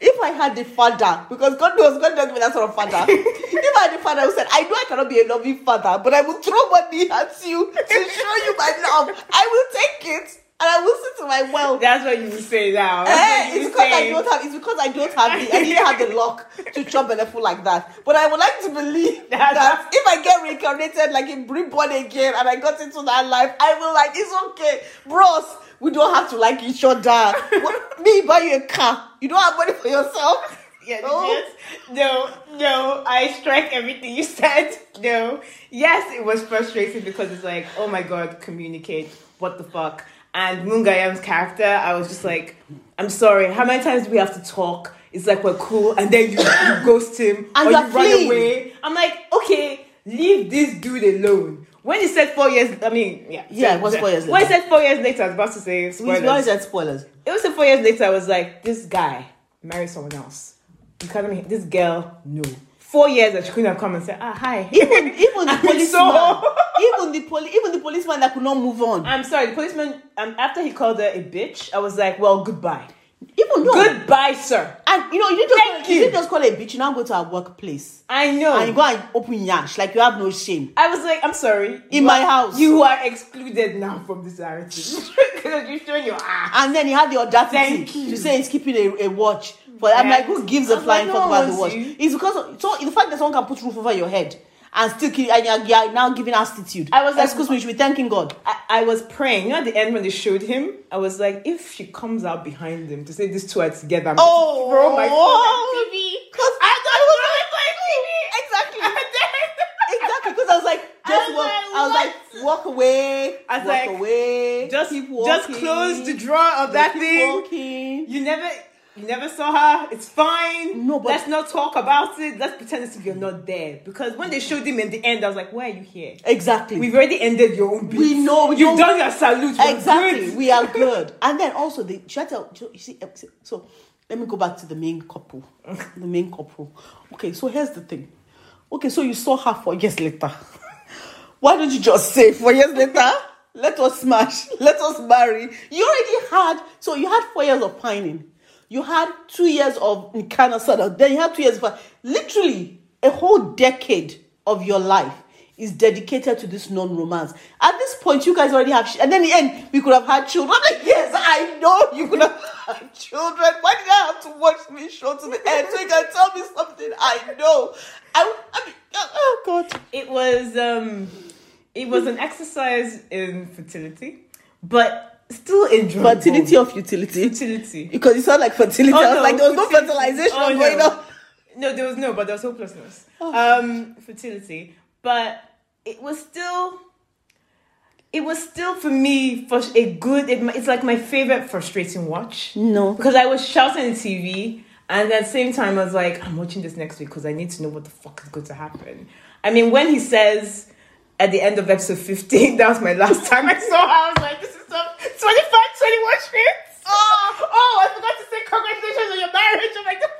S1: if I had the father, because God knows God doesn't give me that sort of father. if I had the father who said, I know I cannot be a loving father, but I will throw money at you to show you my love. I will take it. I will sit to my well.
S2: That's what you say now.
S1: Eh,
S2: That's what you
S1: it's because I
S2: say.
S1: don't have. It's because I don't have the. I didn't have the luck to chop Belefu like that. But I would like to believe
S2: That's-
S1: that if I get reincarnated, like in Brie born again, and I got into that life, I will like it's okay, bros. We don't have to like each other. What, me buy you a car. You don't have money for yourself.
S2: Yes,
S1: Oh.
S2: yes. No, no, I strike everything you said. No. Yes, it was frustrating because it's like, oh my god, communicate. What the fuck? And Mungayam's character, I was just like, I'm sorry, how many times do we have to talk? It's like we're cool, and then you, you ghost him
S1: And
S2: or you
S1: you're
S2: run
S1: fleeing.
S2: away. I'm like, okay, leave this dude alone. When he said four years, I mean, yeah,
S1: Yeah, it was four years
S2: When he
S1: later.
S2: said four years later, I was about to say
S1: We
S2: spoilers
S1: always had spoilers.
S2: it was four years later. I was like, this guy married someone else. You can't me. This girl, no. Four years that she couldn't have come and said, ah, hi.
S1: Even even the
S2: I'm
S1: policeman,
S2: so-
S1: even the poli- even the policeman that could not move on.
S2: I'm sorry, the policeman. Um, after he called her a bitch, I was like, well, goodbye,
S1: Even no.
S2: goodbye, sir.
S1: And you know you just
S2: Thank
S1: you.
S2: you.
S1: didn't just call her a bitch. You now go to her workplace.
S2: I know.
S1: and you go and open yansh like you have no shame.
S2: I was like, I'm sorry. You
S1: In my
S2: are-
S1: house.
S2: you are excluded now from this narrative because you're showing your ass.
S1: And then he had the audacity
S2: Thank you.
S1: to say he's keeping a, a watch. But I'm
S2: Yes.
S1: like, who gives a
S2: I'm
S1: flying
S2: like,
S1: fuck
S2: no one
S1: about the watch?
S2: wants you.
S1: It's because of, so the fact that someone can put roof over your head and still keep, and you're, you're now giving attitude.
S2: I was like-
S1: excuse me, you should be thanking God.
S2: I, I was praying. You know, at the end when they showed him, I was like, if she comes out behind him to say these two are together, I'm
S1: Oh,
S2: throw my phone at TV.
S1: Because I thought
S2: And
S1: it was exactly.
S2: then-
S1: Exactly, because I was like,
S2: I
S1: just
S2: was
S1: walk.
S2: like,
S1: I was like, walk away.
S2: I was
S1: walk
S2: like,
S1: away.
S2: just
S1: keep
S2: just
S1: walking,
S2: close the drawer of that
S1: keep
S2: thing.
S1: Walking.
S2: You never you never saw her. It's fine.
S1: No, but-
S2: let's not talk about it. Let's pretend as if you're not there. Because when they showed him in the end, I was like, "Why are you here?
S1: Exactly.
S2: We've already ended your own beat.
S1: We know, we
S2: you've
S1: know-
S2: done your salute. We're
S1: exactly
S2: good.
S1: we are good and then also the shatter you see so let me go back to the main couple the main couple okay so here's the thing okay so you saw her four years later why don't you just say four years later let us smash let us marry you already had so you had four years of pining you had two years of kind of then you had two years of literally a whole decade of your life is dedicated to this non-romance. At this point, you guys already have, sh- and then in the end, we could have had children. I'm like, yes, I know you could have had children. Why did I have to watch this show to the end so you can tell me something I know? I, I mean, oh oh, God.
S2: It was um, it was an exercise in fertility, but still enjoyable.
S1: Fertility of utility.
S2: Fertility.
S1: Because it sounded like fertility. I was
S2: Oh, no,
S1: like, there was no
S2: fertility.
S1: fertilization
S2: Oh,
S1: going
S2: no.
S1: on. Oh.
S2: No, there was no, but there was hopelessness. Um, fertility, but it was still, it was still for me for a good. It, it's like my favorite frustrating watch.
S1: No.
S2: because I was shouting in TV, and at the same time, I was like, I'm watching this next week because I need to know what the fuck is going to happen. I mean, when he says. At the end of episode 15, that was my last time I saw her. I was like, this is some 25, 21 shit. Oh, oh, I forgot to say congratulations on your marriage. I'm like, the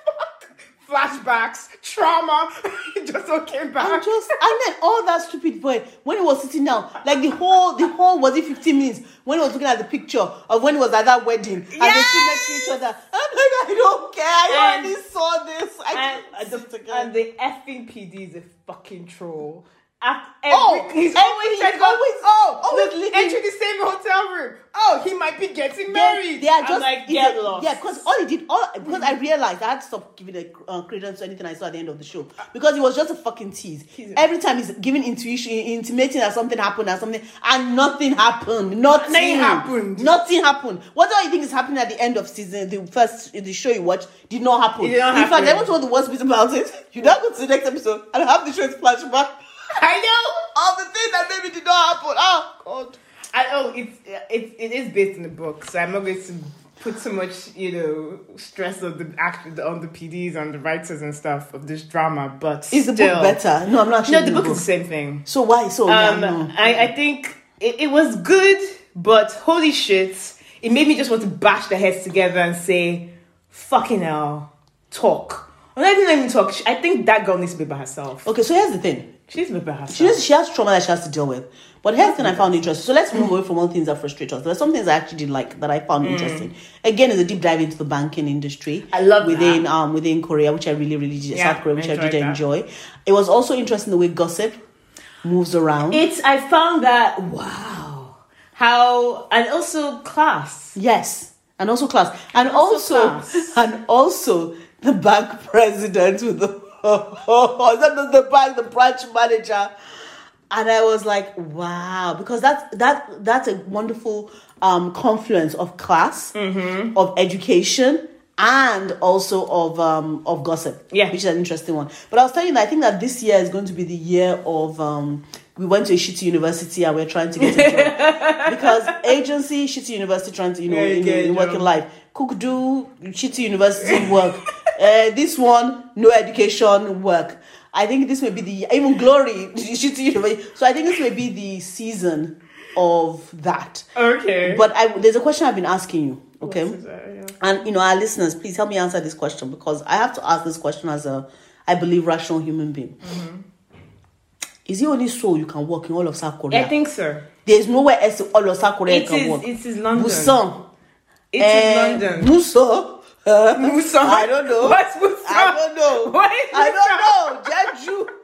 S2: fuck? Flashbacks, trauma. it just all came
S1: And
S2: back.
S1: just and then all that stupid boy when he was sitting down, like the whole the whole was it 15 minutes when he was looking at the picture of when he was at that wedding and they stood next to each other. I'm like, I don't care. I
S2: And-
S1: already saw this. I
S2: and,
S1: can't sit
S2: the,
S1: again.
S2: and the effing PD is a fucking troll. At every,
S1: Oh,
S2: he's
S1: every-
S2: always,
S1: he's
S2: always,
S1: always-
S2: oh,
S1: always
S2: always
S1: leaking.
S2: enter the same hotel room. Oh, he might be getting married.
S1: They, they are
S2: I'm
S1: just
S2: like,
S1: it's
S2: get
S1: a-
S2: lost.
S1: Yeah, because all he did, all because I realized I had to stop giving a uh, credence to anything I saw at the end of the show because it was just a fucking tease.
S2: He's a-
S1: Every time he's giving intuition, intimating that something happened and something, and nothing happened. Nothing,
S2: Nothing happened.
S1: Nothing happened. Whatever you think is happening at the end of season, the first the show you watch did not happen.
S2: It did not
S1: In
S2: happen.
S1: fact, I want to know the worst bit about it. You now go to the next episode and have the show's flashback.
S2: I know.
S1: All the things that maybe did not happen. Oh God.
S2: I oh, it's it, it is based on the book, so I'm not going to put so much you know stress on the act on the PDs on the writers and stuff of this drama. But
S1: Is the
S2: still-
S1: book better? No, I'm not sure.
S2: No, the book is the same thing.
S1: So why? So yeah,
S2: Um,
S1: no.
S2: I I think it, it was good, but holy shit, it made me just want to bash their heads together and say, "Fucking hell, talk." I'm not even letting talk. I think that girl needs to be by herself.
S1: Okay, so here's the thing.
S2: She needs to be by herself.
S1: She has, she has trauma that she has to deal with. But here's
S2: Mm-hmm.
S1: the thing I found interesting. So let's move away from all things that frustrate us. There are some things I actually did like that I found interesting. Again, is a deep dive into the banking industry.
S2: Mm. I love
S1: within um within Korea, which I really really did.
S2: Yeah,
S1: South Korea, which I
S2: enjoyed
S1: did
S2: that.
S1: enjoy. It was also interesting the way gossip moves around.
S2: It's I found that wow. how and also class.
S1: Yes, and also class, and
S2: Also
S1: also,
S2: class.
S1: and also the bank president with the not the- the bank, the branch manager, and I was like, wow, because that's that that's a wonderful um, confluence of class,
S2: Mm-hmm.
S1: of education. And also of um of gossip,
S2: Yeah.
S1: which is an interesting one. But I was telling you, that I think that this year is going to be the year of um. We went to a shitty university and we're trying to get a job because agency, shitty university, trying to you know,
S2: Yeah, you
S1: in,
S2: get
S1: in
S2: a
S1: working
S2: job.
S1: life, cook do shitty university work. uh, this one, no education work. I think this may be the even glory shitty university. So I think this may be the season of that.
S2: Okay.
S1: But I, there's a question I've been asking you. Okay.
S2: What is that? Yeah.
S1: And you know, our listeners, please help me answer this question because I have to ask this question as a, I believe, rational human being.
S2: Mm-hmm.
S1: Is it only so you can work in all of South Korea?
S2: I think so.
S1: There's nowhere else in all of South Korea you
S2: It
S1: can
S2: is.
S1: work.
S2: It is London.
S1: Busan.
S2: It is
S1: eh,
S2: London.
S1: Busan. Uh,
S2: Busan.
S1: I don't know.
S2: What's Busan?
S1: I don't know.
S2: What is
S1: I
S2: Busan?
S1: don't know. Jeju.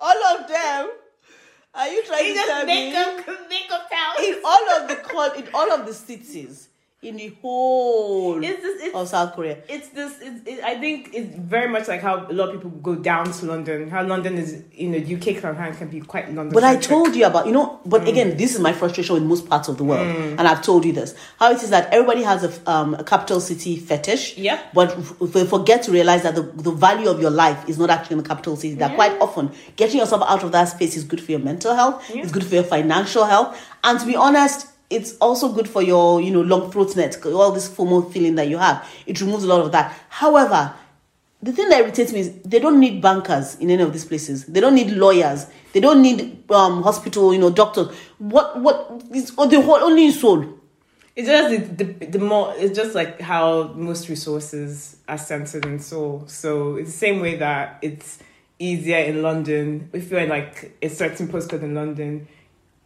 S1: All of them. Are you trying
S2: They
S1: to
S2: just
S1: tell me?
S2: make up, make up towns.
S1: in all of the coun- in all of the cities in the whole
S2: It's just- it's-
S1: of South Korea.
S2: it's this it's, it, i think it's very much like how a lot of people go down to london how london is you know uk sometimes can be quite london
S1: But I told you about, you know,
S2: Mm.
S1: but again, this is my frustration with most parts of the world. And I've told you this how it is that everybody has a, f- um, a capital city fetish.
S2: Yep.
S1: But f- they forget to realize that the, the value of your life is not actually in the capital city. That quite often getting yourself out of that space is good for your mental health, it's good for your financial health. And to be honest, it's also good for your, you know, long throat net, all this FOMO feeling that you have. It removes a lot of that. However, the thing that irritates me is they don't need bankers in any of these places. They don't need lawyers. They don't need um, hospital, you know, doctors. What what is oh, the whole only in Seoul.
S2: it's just the, the, the more it's just like how most resources are centered in seoul so it's the same way that it's easier in london if you're in like a certain postcode in london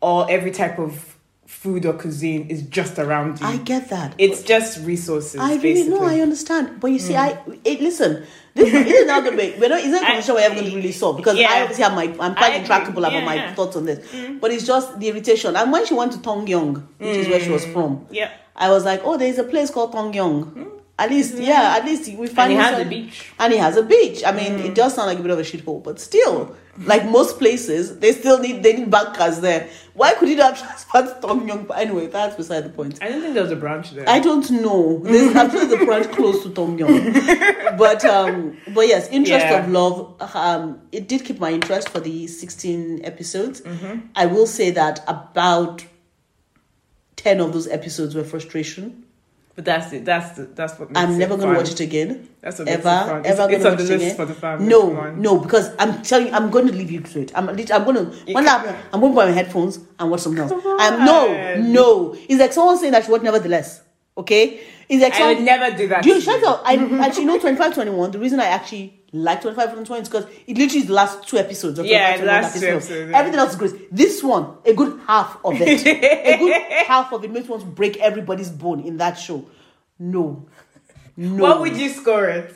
S2: or every type of food or cuisine is just around you
S1: I get that.
S2: it's just resources
S1: I really
S2: basically. Hmm.
S1: know. I understand. But you see, I it, listen. This is not the way. We're not. It's not a conversation we're ever going to really solve because
S2: Yeah.
S1: I obviously have my. I'm
S2: I
S1: quite
S2: agree.
S1: intractable about
S2: Yeah,
S1: my
S2: yeah. Hmm.
S1: thoughts on this. But it's just the irritation. And when she went to Tongyong, which is where she
S2: Hmm.
S1: was from,
S2: yeah
S1: I was like, oh, there's a place called Tongyong. At least, yeah, at least we find
S2: Hmm. and it has a
S1: some-
S2: beach Hmm.
S1: and it has a beach. I mean, it does sound like a bit of a shithole, but still, like most places, they still need they need bankers there. Why could you not transfer to Tongyong? But anyway, that's beside the point.
S2: i don't think there was a branch there
S1: I don't know. There's actually the branch close to Tongyong, but um, but yes, interest
S2: Yeah.
S1: of love. Um, it did keep my interest for the 16 episodes.
S2: Mm-hmm.
S1: I will say that about 10 of those episodes were frustration.
S2: But that's it. That's the, that's what. Makes
S1: I'm never
S2: going to
S1: watch it again.
S2: That's what makes it
S1: ever,
S2: fun.
S1: ever
S2: It's, it's
S1: gonna
S2: on the
S1: watch
S2: list
S1: again?
S2: for the family.
S1: No,
S2: Come on.
S1: no, because I'm telling you, I'm going to leave you to it. I'm, lit- I'm going to when I'm, I'm going to put my headphones and watch something else.
S2: Come
S1: I'm no,
S2: on.
S1: no. It's like someone saying that she watch nevertheless. Okay, it's like
S2: I would
S1: someone.
S2: never do that.
S1: Do you
S2: to
S1: shut up? I
S2: Mm-hmm.
S1: actually know 25, 21. The reason I actually like 25, 21 is because it literally is the last two episodes. Of
S2: Yeah,
S1: 25,
S2: the
S1: 21
S2: last two
S1: episode.
S2: episodes, yeah.
S1: Everything else is great. This one, a good half of it, a good half of it makes one to break everybody's bone in that show. No, no.
S2: What would you score it?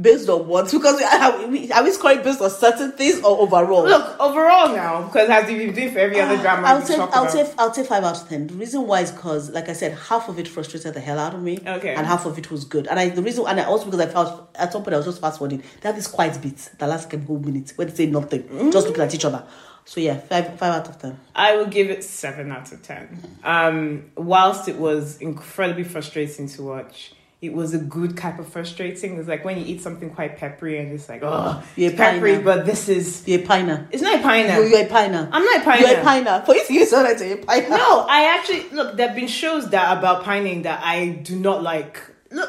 S1: based on what? Because we are, we, are we scoring based on certain things or overall?
S2: Look overall now, because as we've been doing for every other drama,
S1: Ah, I'll
S2: we
S1: say
S2: talk
S1: I'll
S2: about.
S1: say I'll say five out of ten. The reason why is because, like I said, half of it frustrated the hell out of me,
S2: Okay.
S1: and half of it was good. And I the reason and I also because I felt at some point I was just fast forwarding. They have this quiet bit that lasts like a whole minute where they say nothing,
S2: Mm.
S1: just looking at each other. So yeah, five five out of ten.
S2: I will give it seven out of ten. Um, whilst it was incredibly frustrating to watch, it was a good type of frustrating. It's like when you eat something quite peppery and it's like, oh,
S1: You're
S2: it's
S1: a pine
S2: peppery,
S1: now.
S2: but this is
S1: You're a piner.
S2: it's not a pine. now.
S1: You're, you're a piner.
S2: I'm not a pine.
S1: You're
S2: now.
S1: a piner. For you to use that, I say you're a piner.
S2: No, I actually look. There've been shows that are about pining that I do not like. Look,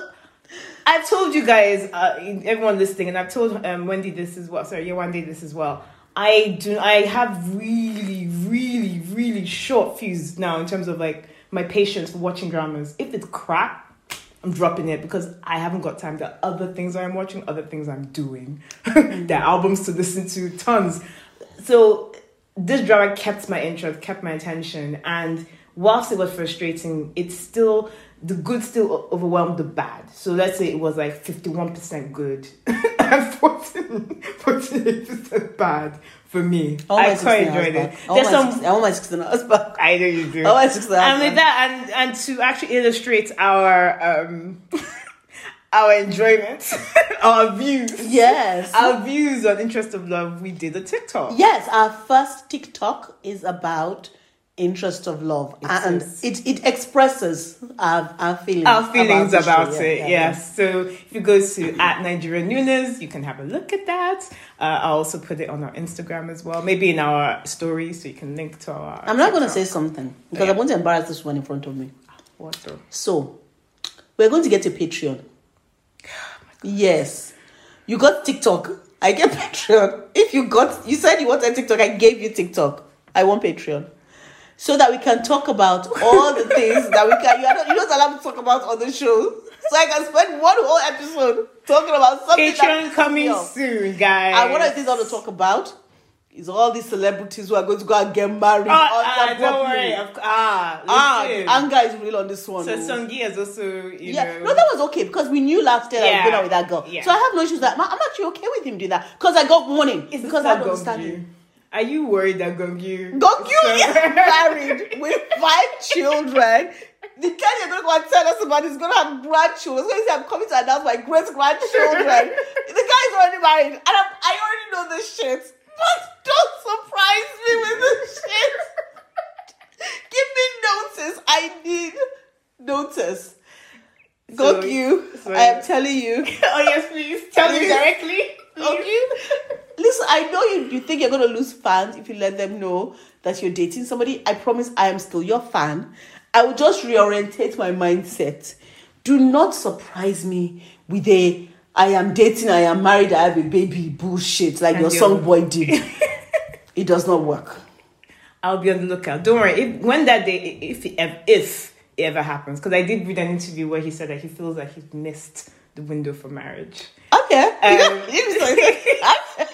S2: I told you guys, uh, everyone listening, and I've told um, Wendy this as well. Sorry, yeah, Wendy this as well. I do. I have really, really, really short fuse now in terms of like my patience for watching dramas. If it's crap. I'm dropping it because I haven't got time. There are other things I'm watching, other things I'm doing. there are albums to listen to, tons. So this drama kept my interest, kept my attention, and whilst it was frustrating, it's still the good still o- overwhelmed the bad. So let's say it was like fifty one percent good and 48 percent bad for me.
S1: All my
S2: I quite
S1: 16 hours
S2: enjoyed it.
S1: back. I want
S2: There's
S1: my
S2: some
S1: 16 I want my 16 hours back.
S2: I know you do.
S1: I want to say
S2: and with
S1: that.
S2: that, and and to actually illustrate our um our enjoyment, our views,
S1: Yes.
S2: our views on interest of love, we did a TikTok.
S1: Yes, our first TikTok is about interest of love, and
S2: is.
S1: it, it expresses our, our feelings.
S2: Our feelings
S1: the
S2: about,
S1: show. Yeah,
S2: it,
S1: yeah,
S2: yes. So if you go to at Nigeria Nunes, you can have a look at that. Uh, I'll also put it on our Instagram as well, maybe in our story, so you can link to our.
S1: yeah. I'm not going to
S2: TikTok.
S1: say something because I
S2: Yeah.
S1: want to embarrass this one in front of me.
S2: What the-
S1: So, we're going to get a Patreon. yes, you got TikTok. I get Patreon. If you got, you said you wanted TikTok. I gave you TikTok. I want Patreon. So that we can talk about all the things that we can. You are not, you're not allowed to talk about on the show. So I can spend one whole episode talking about something. that
S2: Patreon
S1: pisses me
S2: coming
S1: off.
S2: soon, guys.
S1: And one of the things I want to talk about is all these celebrities who are going to go and get married.
S2: Oh, ah, don't
S1: abruptly.
S2: worry. Of, ah,
S1: Ah,
S2: listen.
S1: the anger is real on this one.
S2: So
S1: oh.
S2: Songi is also, you
S1: Yeah,
S2: know.
S1: no, that was okay because we knew last year that I was going
S2: Yeah,
S1: out with that girl.
S2: yeah.
S1: So I have no issues that I'm I'm actually okay with him doing that because I got warning
S2: Is this
S1: because I
S2: that
S1: don't understand
S2: Gongyu?
S1: him.
S2: Are you worried that Gongyu?
S1: Got you
S2: So-
S1: yes, married with five children. The guy you're going to go and tell us about is going to have grandchildren. He's going to say, I'm coming to announce my great grandchildren. the guy is already married, and I'm, I already know this shit. But don't surprise me with this shit. Give me notice. I need notice. Got
S2: So-
S1: you.
S2: so-
S1: I am telling you.
S2: oh yes, please tell me
S1: Please.
S2: directly.
S1: Got you. Listen, I know you, you think you're going to lose fans if you let them know that you're dating somebody. I promise I am still your fan. I will just reorientate my mindset. Do not surprise me with a I am dating, I am married, I have a baby bullshit like
S2: And
S1: your
S2: you-
S1: song boy did. it does not work.
S2: I'll be on the lookout. Don't worry. If, when that day, if it, ev- if it ever happens, because I did read an interview where he said that he feels like he's missed the window for marriage.
S1: Okay.
S2: Um,
S1: where, where,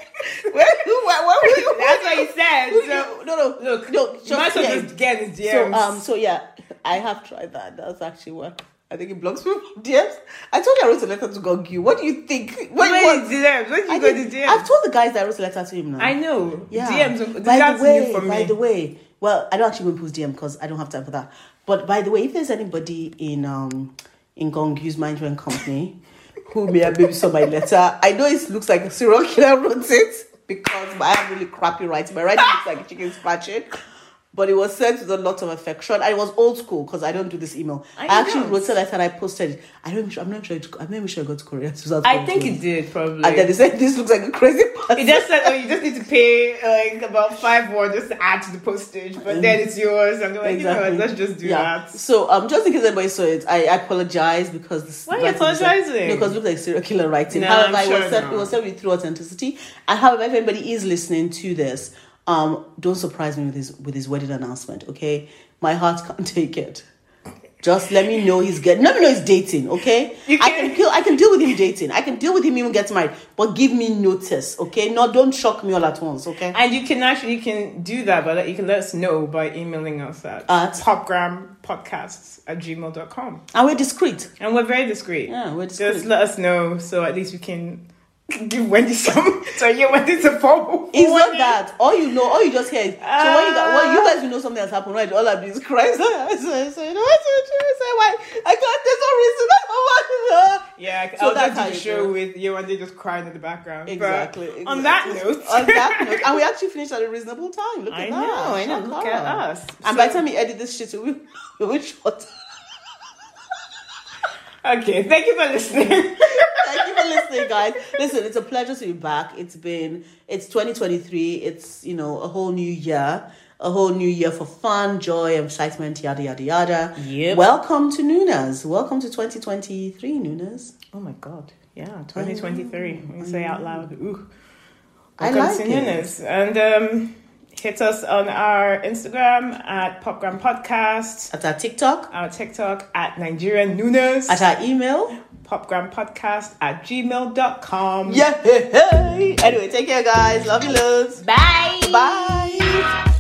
S1: where, where,
S2: That's what he said.
S1: who-
S2: So
S1: no, no,
S2: look,
S1: no,
S2: you might as
S1: just,
S2: well
S1: yeah.
S2: just get his
S1: So
S2: DMs.
S1: um so yeah, I have tried that. That's actually work. I think it blocks me from DMs. I told you I wrote a letter to Gogu. What do you think? What,
S2: what,
S1: what,
S2: what, DMs? What did
S1: I
S2: you go
S1: did,
S2: to DMs?
S1: I've told the guys that I wrote a letter to him now.
S2: I know.
S1: yeah.
S2: DMs.
S1: By
S2: that's
S1: the way,
S2: new for me.
S1: by the way, well, I don't actually go to people's DM because I don't have time for that. But by the way, if there's anybody in um in Gongu's management company who may have maybe saw my letter, I know it looks like a serial killer wrote it because I have really crappy writing. My writing looks like a chicken scratching. But it was sent with a lot of affection. And it was old school because I don't do this email. I,
S2: I
S1: actually
S2: know.
S1: wrote a letter and I posted it. I don't. I'm not sure. It, I'm not even sure I got to Korea. without
S2: I
S1: going to
S2: think
S1: it.
S2: it did probably.
S1: And then they said this looks like a crazy person.
S2: It just said, oh, you just need to pay like about five more just to add to the postage, but then it's yours. I'm like, you know, what, let's just do that.
S1: So um, just in case anybody saw it, I apologize because this.
S2: Why are you
S1: writing was like-
S2: apologizing?
S1: No, because it looked like serial killer writing.
S2: No,
S1: however,
S2: I'm
S1: it was
S2: sure
S1: said,
S2: not.
S1: it was said with true authenticity. And however, if anybody is listening to this, um, don't surprise me with his with his wedding announcement. Okay, my heart can't take it. Just let me know he's getting. Let me know he's dating. Okay,
S2: You
S1: I
S2: can-
S1: can deal. I can deal with him dating. I can deal with him even getting married. But give me notice. Okay, no, don't shock me all at once. Okay.
S2: And you can actually you can do that, but you can let us know by emailing us at,
S1: At?
S2: popgrampodcasts at gmail.com.
S1: And we're discreet.
S2: And we're very discreet.
S1: Yeah, we're discreet.
S2: Just let us know so at least we can give Wendy some. So, yeah, Wendy's a formal.
S1: It's not
S2: warning.
S1: that. All you know, all you just hear. Is, so when you got, well,
S2: Ah.
S1: you guys will know something has happened, right? All of these cries. So, so, so, why? I can't. There's no reason. Oh why.
S2: Yeah,
S1: So
S2: I'll
S1: that's
S2: just
S1: how
S2: do the
S1: you
S2: show
S1: do
S2: with you and they just crying in the background. But
S1: Exactly,
S2: On that
S1: exactly.
S2: note,
S1: on that note, and we actually finished at a reasonable time. Look at
S2: I
S1: that.
S2: know, I know.
S1: Shut
S2: Look at
S1: up.
S2: us.
S1: And by
S2: So-
S1: the time we edit this shit, we we will short.
S2: Okay, thank you for listening.
S1: Thank you for listening, guys. Listen, it's a pleasure to be back. It's been it's 2023. It's you know a whole new year, a whole new year for fun, joy, excitement, yada yada yada.
S2: Yep.
S1: Welcome to Nunas. Welcome to 2023, Nunas.
S2: oh my god. Yeah, 2023. We say out loud. Ooh.
S1: I
S2: Welcome
S1: like
S2: to
S1: it.
S2: Nunes. And um, hit us on our Instagram at Popgram Podcast,
S1: At our TikTok,
S2: our TikTok at Nigerian Nunes,
S1: at our email.
S2: Popgram Podcast at gmail.com.
S1: Yeah. hey, hey. Anyway, take care, guys. Love you, loads.
S2: Bye.
S1: Bye.